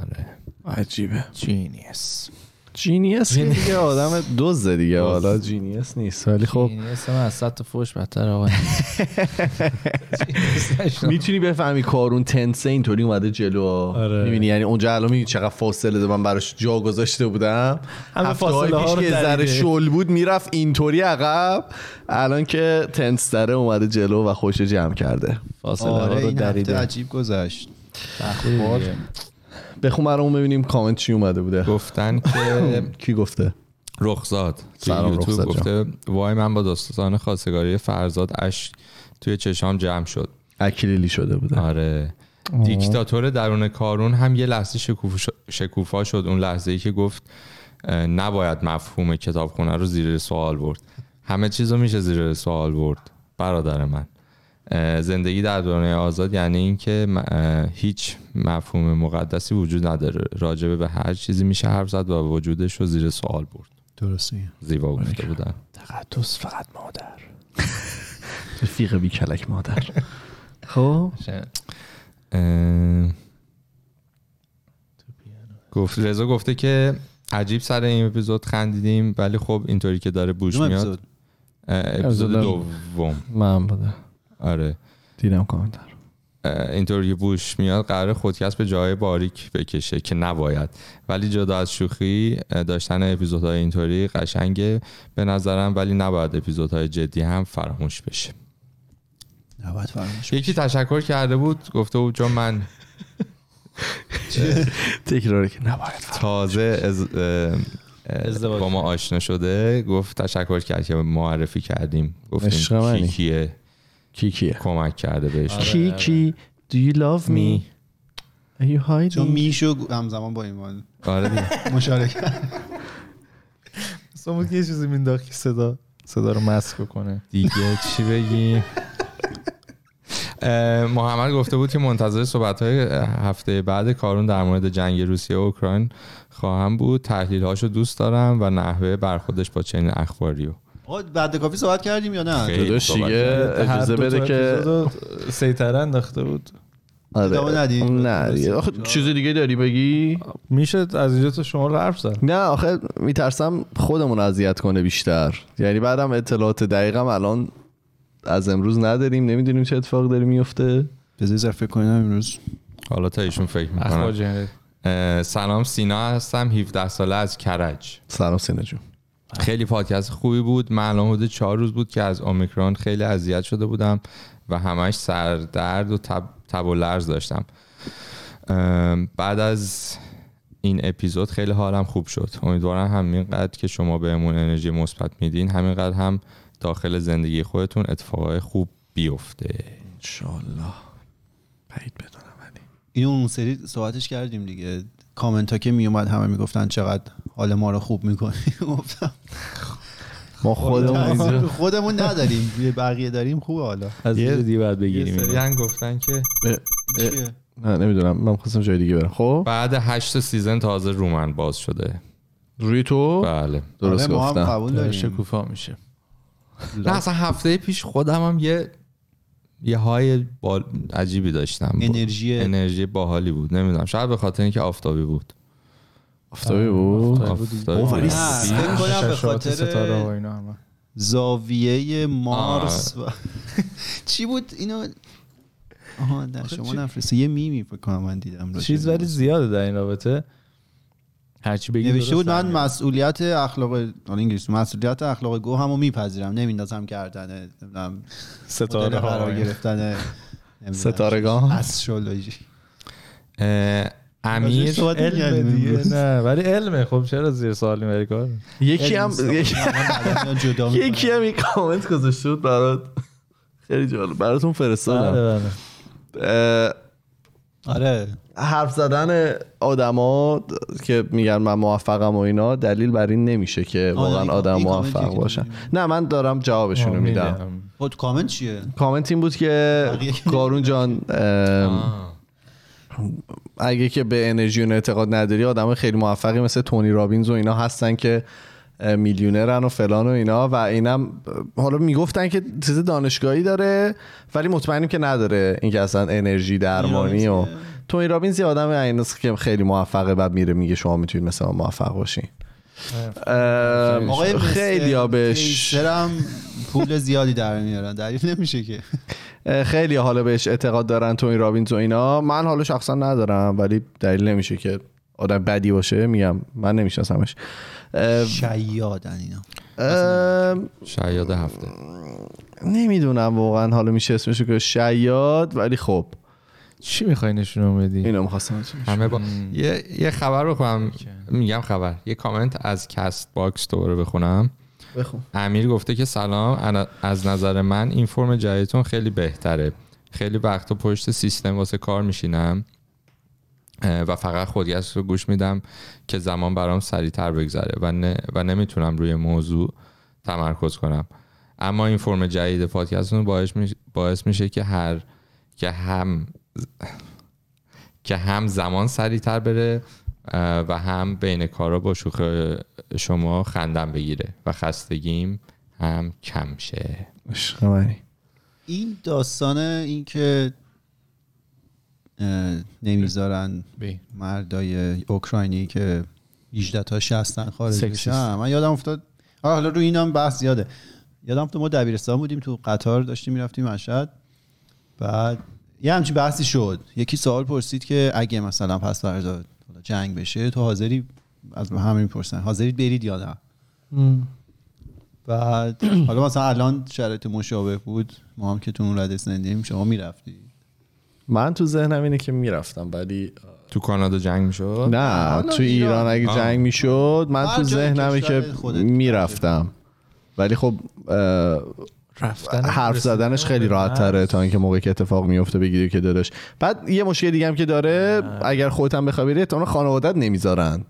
S3: آره
S1: عجیبه
S4: جینیس
S1: جینیس که دیگه آدم دوزه دیگه حالا جینیس نیست ولی خب
S4: جینیس هم از صد تا فوش بدتر آقا
S1: میتونی بفهمی کارون تنسه اینطوری اومده جلو
S4: آره.
S1: میبینی یعنی اونجا الان میبینی چقدر فاصله ده من براش جا گذاشته بودم
S4: همه
S1: هفته‌های
S4: فاصله ها
S1: پیش
S4: رو
S1: که ذره
S4: دریده.
S1: شل بود میرفت اینطوری عقب الان که تنس داره اومده جلو و خوش جمع کرده
S4: فاصله
S2: آره
S4: ها رو
S2: این هفته
S4: دریده
S2: عجیب گذشت
S1: بخون برامون ببینیم کامنت چی اومده
S2: خب.
S1: بوده
S3: گفتن که
S1: کی گفته
S3: رخزاد توی
S1: سلام
S3: یوتیوب
S1: رخزاد
S3: گفته وای من با دوستان خواستگاری فرزاد اش توی چشام جمع شد
S1: اکلیلی شده بوده
S3: آره دیکتاتور درون کارون هم یه لحظه شکوف ش- شکوفا شد اون لحظه ای که گفت اه، نباید مفهوم کتابخونه رو زیر سوال برد همه چیز رو میشه زیر سوال برد برادر من اه، زندگی در دنیای آزاد یعنی اینکه م- اه، هیچ مفهوم مقدسی وجود نداره راجبه به هر چیزی میشه حرف زد و وجودش رو زیر سوال برد
S2: درسته
S3: زیبا گفته بودن
S4: تقدس فقط مادر
S1: رفیق بی کلک مادر خب
S3: اه، گفت رضا گفته که عجیب سر این اپیزود خندیدیم ولی خب اینطوری که داره بوش
S2: کدوم
S3: میاد
S2: اپیزود
S3: اه، اپیزود
S1: اپیزود
S3: دوم
S1: من بوده
S3: آره
S1: دیدم کامنت رو
S3: اه، اینطور یه بوش میاد قرار خودکست به جای باریک بکشه که نباید ولی جدا از شوخی اه، داشتن اپیزودهای اینطوری قشنگه به نظرم ولی نباید اپیزودهای جدی هم فراموش بشه
S2: نباید فراموش
S3: یکی تشکر کرده بود گفته بود چون من
S1: تکرار که نباید
S3: تازه از اه، اه،
S4: ازدواج
S3: با ما آشنا شده گفت تشکر کرد که معرفی کردیم
S1: عشق
S3: گفتیم کی
S1: منی.
S3: کیه
S1: کی کیه
S3: کمک کرده بهش
S1: کی
S4: آره،
S1: کی do you love me
S3: می
S1: are you hiding
S2: چون میشو همزمان با ایمان
S3: آره دیگه.
S2: مشارکت
S4: سمود که یه چیزی مینداخت که صدا صدا رو مسخ کنه
S3: دیگه چی بگی اه، محمد گفته بود که منتظر صحبت های هفته بعد کارون در مورد جنگ روسیه و اوکراین خواهم بود تحلیل هاشو دوست دارم و نحوه برخودش با چنین اخباری و
S2: آقا بعد کافی صحبت کردیم یا نه
S3: خیلی.
S1: داداش
S3: صحبت
S1: دیگه
S4: هر
S1: اجازه
S4: دو تا
S1: بده که آره.
S4: اپیزود رو سیطره انداخته بود
S2: ادامه ندی؟
S1: نه دیگه. آخه چیز دیگه داری بگی
S4: میشه از اینجا تا شما رو حرف زد
S1: نه آخه میترسم خودمون رو اذیت کنه بیشتر یعنی بعدم اطلاعات دقیقم الان از امروز نداریم نمیدونیم چه اتفاق داره میفته
S2: بذاری زرف فکر کنم امروز
S3: حالا تا ایشون فکر
S4: اخبار
S3: میکنم
S4: جنگ.
S3: سلام سینا هستم 17 ساله از کرج
S1: سلام سینا جون
S3: خیلی پادکست خوبی بود من الان حدود چهار روز بود که از اومیکرون خیلی اذیت شده بودم و همش سردرد و تب, تب و لرز داشتم ام، بعد از این اپیزود خیلی حالم خوب شد امیدوارم همینقدر که شما بهمون انرژی مثبت میدین همینقدر هم داخل زندگی خودتون اتفاقای خوب بیفته
S1: انشالله بعید بدونم ولی
S2: اینو اون سری صحبتش کردیم دیگه کامنت ها که میومد همه میگفتن چقدر حال ما رو خوب میکنی گفتم "آره،
S1: ما خودمون اینجا
S2: خودمون نداریم یه بقیه داریم خوب حالا
S4: از
S1: یه-
S4: یه دیگه باید
S3: یه
S4: بگیریم
S3: سری هم گفتن که
S1: اه، اه،
S2: آره،
S1: نه نمیدونم من خواستم جای دیگه برم خب
S3: بعد هشت سیزن تازه رومن باز شده
S1: روی تو
S3: بله
S1: درست
S2: آره، ما هم
S1: گفتم
S2: قبول
S4: داره
S2: داریم
S4: شکوفا میشه
S3: نه اصلا هفته پیش خودم هم یه یه های بال... عجیبی داشتم
S2: انرژی-
S3: انرژی باحالی بود نمیدونم شاید به خاطر اینکه آفتابی بود
S1: افتابی
S3: آره.
S1: بود
S4: آفتابی بود.
S3: آفتابی
S1: اوه، ولی
S3: بود.
S2: نه، فکر کنم به
S4: شاشات ستاره و
S2: خاطر
S4: اینا همه
S2: زاویه مارس و- چی بود اینو آها در شما
S4: چی-
S2: نفرسته یه میمی فکر کنم من دیدم راجع
S4: چیز
S2: به
S4: ولی
S2: این.
S4: زیاده در این رابطه هرچی بگی
S2: نوشته بود
S4: درست
S2: من
S4: هم.
S2: مسئولیت اخلاق حالا انگلیسی مسئولیت اخلاق گو همو میپذیرم نمیندازم کردن نمیدونم مدل
S4: ستاره ها و
S2: قرار
S4: اینا.
S2: گرفتن نمیدونم. آره.
S1: ستارگان
S2: استرولوژی
S3: اه،
S2: راجعش
S3: امیر
S2: صحبت
S4: علم
S2: نکردیم امروز.
S4: دیگه نه ولی علمه خب چرا زیر سوال میبری کار
S1: یکی هم
S2: دوستان.
S1: یکی-
S2: نه، من بعدا جدا می‌کنم.
S1: یکی هم این کامنت گذاشته بود برات خیلی جالب براتون فرستادم
S4: بله، بله.
S1: اه،
S2: آره
S1: حرف زدن آدما د- که میگن من موفقم و اینا دلیل بر این نمیشه که
S2: آه،
S1: واقعا
S2: این-
S1: آدم
S2: این
S1: موفق
S2: کامنتیه که
S1: باشن
S2: می‌دونیم.
S1: نه من دارم جوابشون رو میدم
S4: میدم.
S2: خود کامنت خب، چیه
S1: کامنت این بود که
S2: بقیه که
S1: کارون جان ام،
S3: آه.
S1: اگه که به انرژی و اعتقاد نداری آدم خیلی موفقی مثل تونی رابینز و اینا هستن که اه، میلیونرن و فلان و اینا و اینم اه، حالا میگفتن که چیز دانشگاهی داره ولی مطمئنیم که نداره اینکه اصلا انرژی درمانی و
S2: رابینز
S1: تونی رابینز یه آدم عیناست که خیلی موفقه بعد میره میگه شما میتونید مثل ما موفق باشین اه،
S2: آقای
S1: خیلی یابش
S2: هم پول زیادی در میارن دلیل نمیشه که
S1: خیلی حالا بهش اعتقاد دارن تو این رابینز و اینا من حالا شخصا ندارم ولی دلیل نمیشه که آدم بدی باشه میگم من نمیشناسمش اه،
S2: شیادن اینا
S1: اه،
S3: شاید هفته
S1: نمیدونم واقعا حالا میشه اسمش که شیاد ولی خب
S4: چی میخوای نشون بدی
S1: اینو میخواستم
S3: همه با... یه،, یه خبر بخونم میگم خبر یه کامنت از کست باکس دوباره بخونم
S1: بخون
S3: امیر گفته که سلام انا- از نظر من این فرم جدیدتون خیلی بهتره خیلی وقتا پشت سیستم واسه کار میشینم و فقط خودگست رو گوش میدم که زمان برام سریعتر بگذره و, نه و نمیتونم روی موضوع تمرکز کنم اما این فرم جدید پادکستتون باعث, می- باعث میشه که هر که هم که هم زمان سریعتر بره اه، و هم بین کارا با شوخ شما خندم بگیره و خستگیم هم کم شه
S2: این داستان این که اه، نمیذارن
S4: بی.
S2: مردای اوکراینی که 18 تا 60 ان خارج
S4: سکسیست.
S2: بشن من یادم افتاد آه، حالا روی اینم بحث زیاده یادم افتاد ما دبیرستان بودیم تو قطار داشتیم میرفتیم مشهد بعد یه همچین بحثی شد یکی سوال پرسید که اگه مثلا پس فردا حالا جنگ بشه تو حاضری از همه میپرسن حاضری برید یا نه بعد حالا مثلا الان شرایط مشابه بود ما هم که تو اون رده سنیم شما میرفتی
S1: من تو ذهنم اینه که میرفتم ولی
S3: تو کانادا جنگ میشد
S1: نه تو ایران اگه جنگ میشد من
S2: هر
S1: تو
S2: جای
S1: ذهنمه
S2: کشور
S1: که
S2: خودت.
S1: میرفتم ولی خب اه،
S4: رفتن
S1: حرف زدنش خیلی راحت
S2: آره.
S1: تره تا اینکه موقعی که اتفاق میفته بگیری که داداش بعد یه مشکل دیگه هم که داره اگر خودت هم بخوای بری احتمالاً خانوادت نمیذارن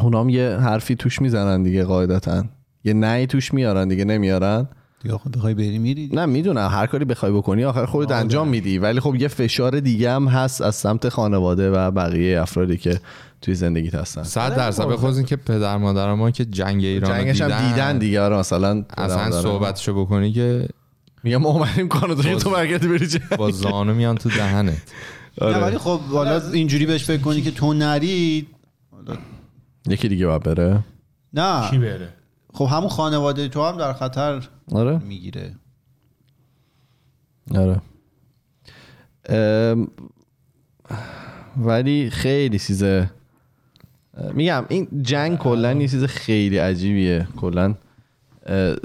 S1: اونا هم یه حرفی توش میزنن دیگه قاعدتا یه نهی توش میارن دیگه نمیارن
S2: دیگه خب بخوای بری میری
S1: نه میدونم هر کاری بخوای بکنی آخر خودت انجام میدی ولی خب یه فشار دیگه هم هست از سمت خانواده و بقیه افرادی که توی زندگیت هستن
S3: صد درصد بخوز این که پدر مادر ما که جنگ ایران رو
S1: آره، جنگش هم دیدن دیگه آره مثلا
S3: اصلا صحبتشو بکنی که
S1: میگم ما اومدیم کانادا تو برگردی بری جنگ.
S3: با زانو میان تو دهنت
S1: آره.
S2: نه ولی خب حالا اینجوری بهش فکر کنی که تو نری
S1: یکی دیگه باید بره
S2: نه
S4: بره
S2: خب همون خانواده تو هم در خطر
S1: آره
S2: میگیره
S1: آره ام، ولی خیلی چیزه میگم این جنگ کلا یه چیز خیلی عجیبیه کلا اه،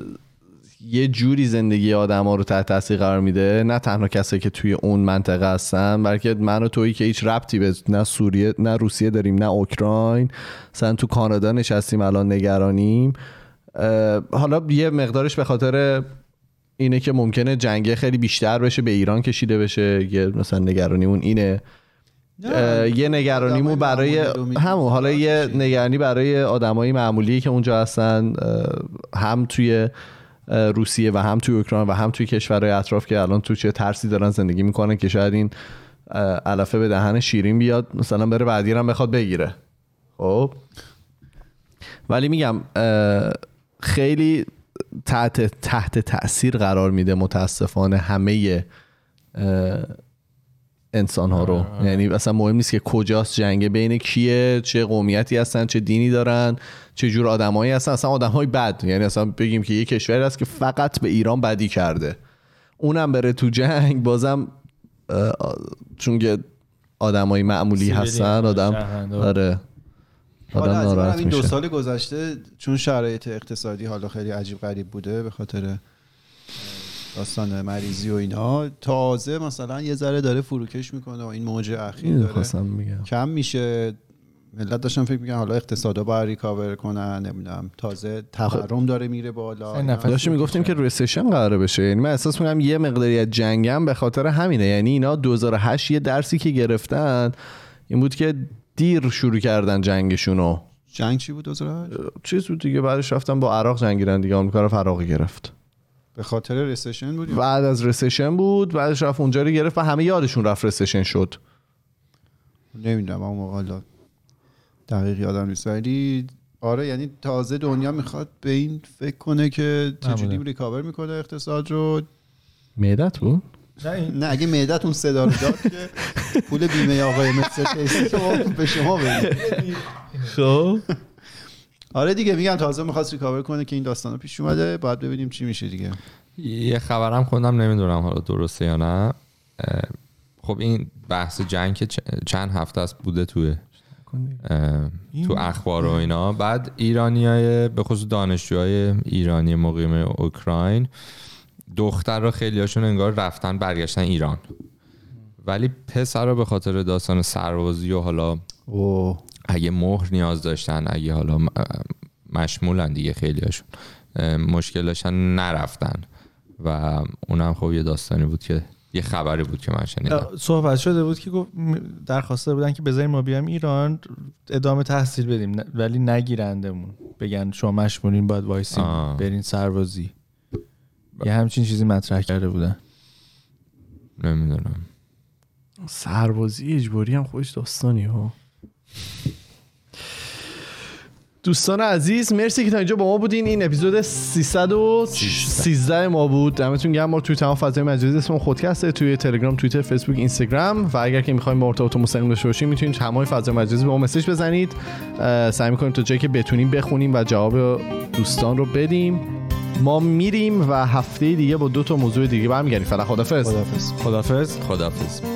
S1: یه جوری زندگی آدم ها رو تحت تاثیر قرار میده نه تنها کسایی که توی اون منطقه هستن بلکه من و تویی که هیچ ربطی به نه سوریه نه روسیه داریم نه اوکراین مثلا تو کانادا نشستیم الان نگرانیم اه، حالا یه مقدارش به خاطر اینه که ممکنه جنگه خیلی بیشتر بشه به ایران کشیده بشه یه مثلا نگرانیمون اینه اه، یه نگرانیمون
S2: آدمای
S1: برای
S2: معمولی رو می‌دونی. آره،
S1: همون حالا یه
S2: چی؟
S1: نگرانی برای آدمای معمولی که اونجا هستن اه، هم توی اه، روسیه و هم توی اوکراین و هم توی کشورهای اطراف که الان تو چه ترسی دارن زندگی میکنن که شاید این اه، علفه به دهن شیرین بیاد مثلا بره بعدی رو هم بخواد بگیره خب ولی میگم اه، خیلی تحت تحت تاثیر قرار میده متاسفانه همه انسان ها رو یعنی اصلا مهم نیست که کجاست جنگه بین کیه چه قومیتی هستن چه دینی دارن چه جور آدمایی هستن اصلا آدمای بد یعنی اصلا بگیم که یه کشوری هست که فقط به ایران بدی کرده اونم بره تو جنگ بازم اه، آ- چون که آدمای معمولی
S4: سیبیلی
S1: هستن
S4: هم
S1: آدم
S4: شهروند.
S1: آره آدم
S2: حالا از این برم
S1: ناراحت
S2: این دو
S1: میشه
S2: سال گذشته چون شرایط اقتصادی حالا خیلی عجیب غریب بوده به خاطر اه، داستان مریضی و اینا تازه مثلا یه ذره داره فروکش میکنه و این موج اخیر
S1: اینو
S2: داره
S1: خواستم میگم
S2: کم میشه ملت داشتن فکر میکنن حالا اقتصادا باید ریکاور کنن نمیدونم تازه تورم داره میره بالا
S4: سه نفر.
S1: داشتیم میگفتیم که ریسشن قراره بشه یعنی من احساس میکنم یه مقداری از جنگم به خاطر همینه یعنی اینا 2008 یه درسی که گرفتن این بود که دیر شروع کردن جنگشونو
S2: جنگ چی بود 2008
S1: چیز بود دیگه بعدش رفتن با عراق جنگ گیرن دیگه آمریکا رو فراغ گرفت
S2: به خاطر رسشن بود
S1: بعد از رسشن بود بعدش رفت اونجا رو گرفت و همه یادشون رفت رسشن شد
S2: نمیدونم اون موقع حالا دقیق یادم نیست ولی آره یعنی تازه دنیا میخواد به این فکر کنه که چجوری
S4: معمولا.
S2: ریکاور میکنه اقتصاد رو
S1: معدت بود
S4: نه این
S2: نه اگه معدت اون صدا رو داد که پول بیمه آقای مثل تیسی که ما به شما بدیم
S1: خب
S2: آره دیگه میگم تازه میخواست ریکاور کنه که این داستان پیش اومده باید ببینیم چی میشه دیگه
S3: یه خبرم خوندم نمیدونم حالا درسته یا نه اه، خب این بحث جنگ که چ- چند هفته است بوده توی اه، تو اخبار و اینا بعد ایرانی های به خصوص دانشجوهای ایرانی مقیم اوکراین دختر را خیلی هاشون انگار رفتن برگشتن ایران ولی پسر رو به خاطر داستان سربازی و حالا
S2: اوه
S3: اگه مهر نیاز داشتن اگه حالا م- مشمولن دیگه خیلی هاشون مشکل داشتن نرفتن و اونم خب یه داستانی بود که یه خبری بود که من شنیدم
S4: صحبت شده بود که گفت م- درخواسته بودن که بذاریم ما بیام ایران ادامه تحصیل بدیم نه- ولی نگیرندمون بگن شما مشمولین باید وایسین
S3: آه.
S4: برین سربازی یه همچین چیزی مطرح کرده بودن
S3: نمیدونم
S1: سربازی اجباری هم خودش داستانی ها دوستان عزیز مرسی که تا اینجا با ما بودین این اپیزود 313 ما بود دمتون گرم ما رو توی تمام فضای مجازی اسم خودکسته توی تلگرام توییتر فیسبوک اینستاگرام و اگر که میخوایم با ارتباط مستقیم داشته باشیم میتونید تمام فضای مجازی به ما مسج بزنید اه، سعی میکنیم تا جایی که بتونیم بخونیم و جواب دوستان رو بدیم ما میریم و هفته دیگه با دو تا موضوع دیگه برمیگردیم فعلا خدافظ
S2: خدافظ
S4: خدافظ
S3: خدافظ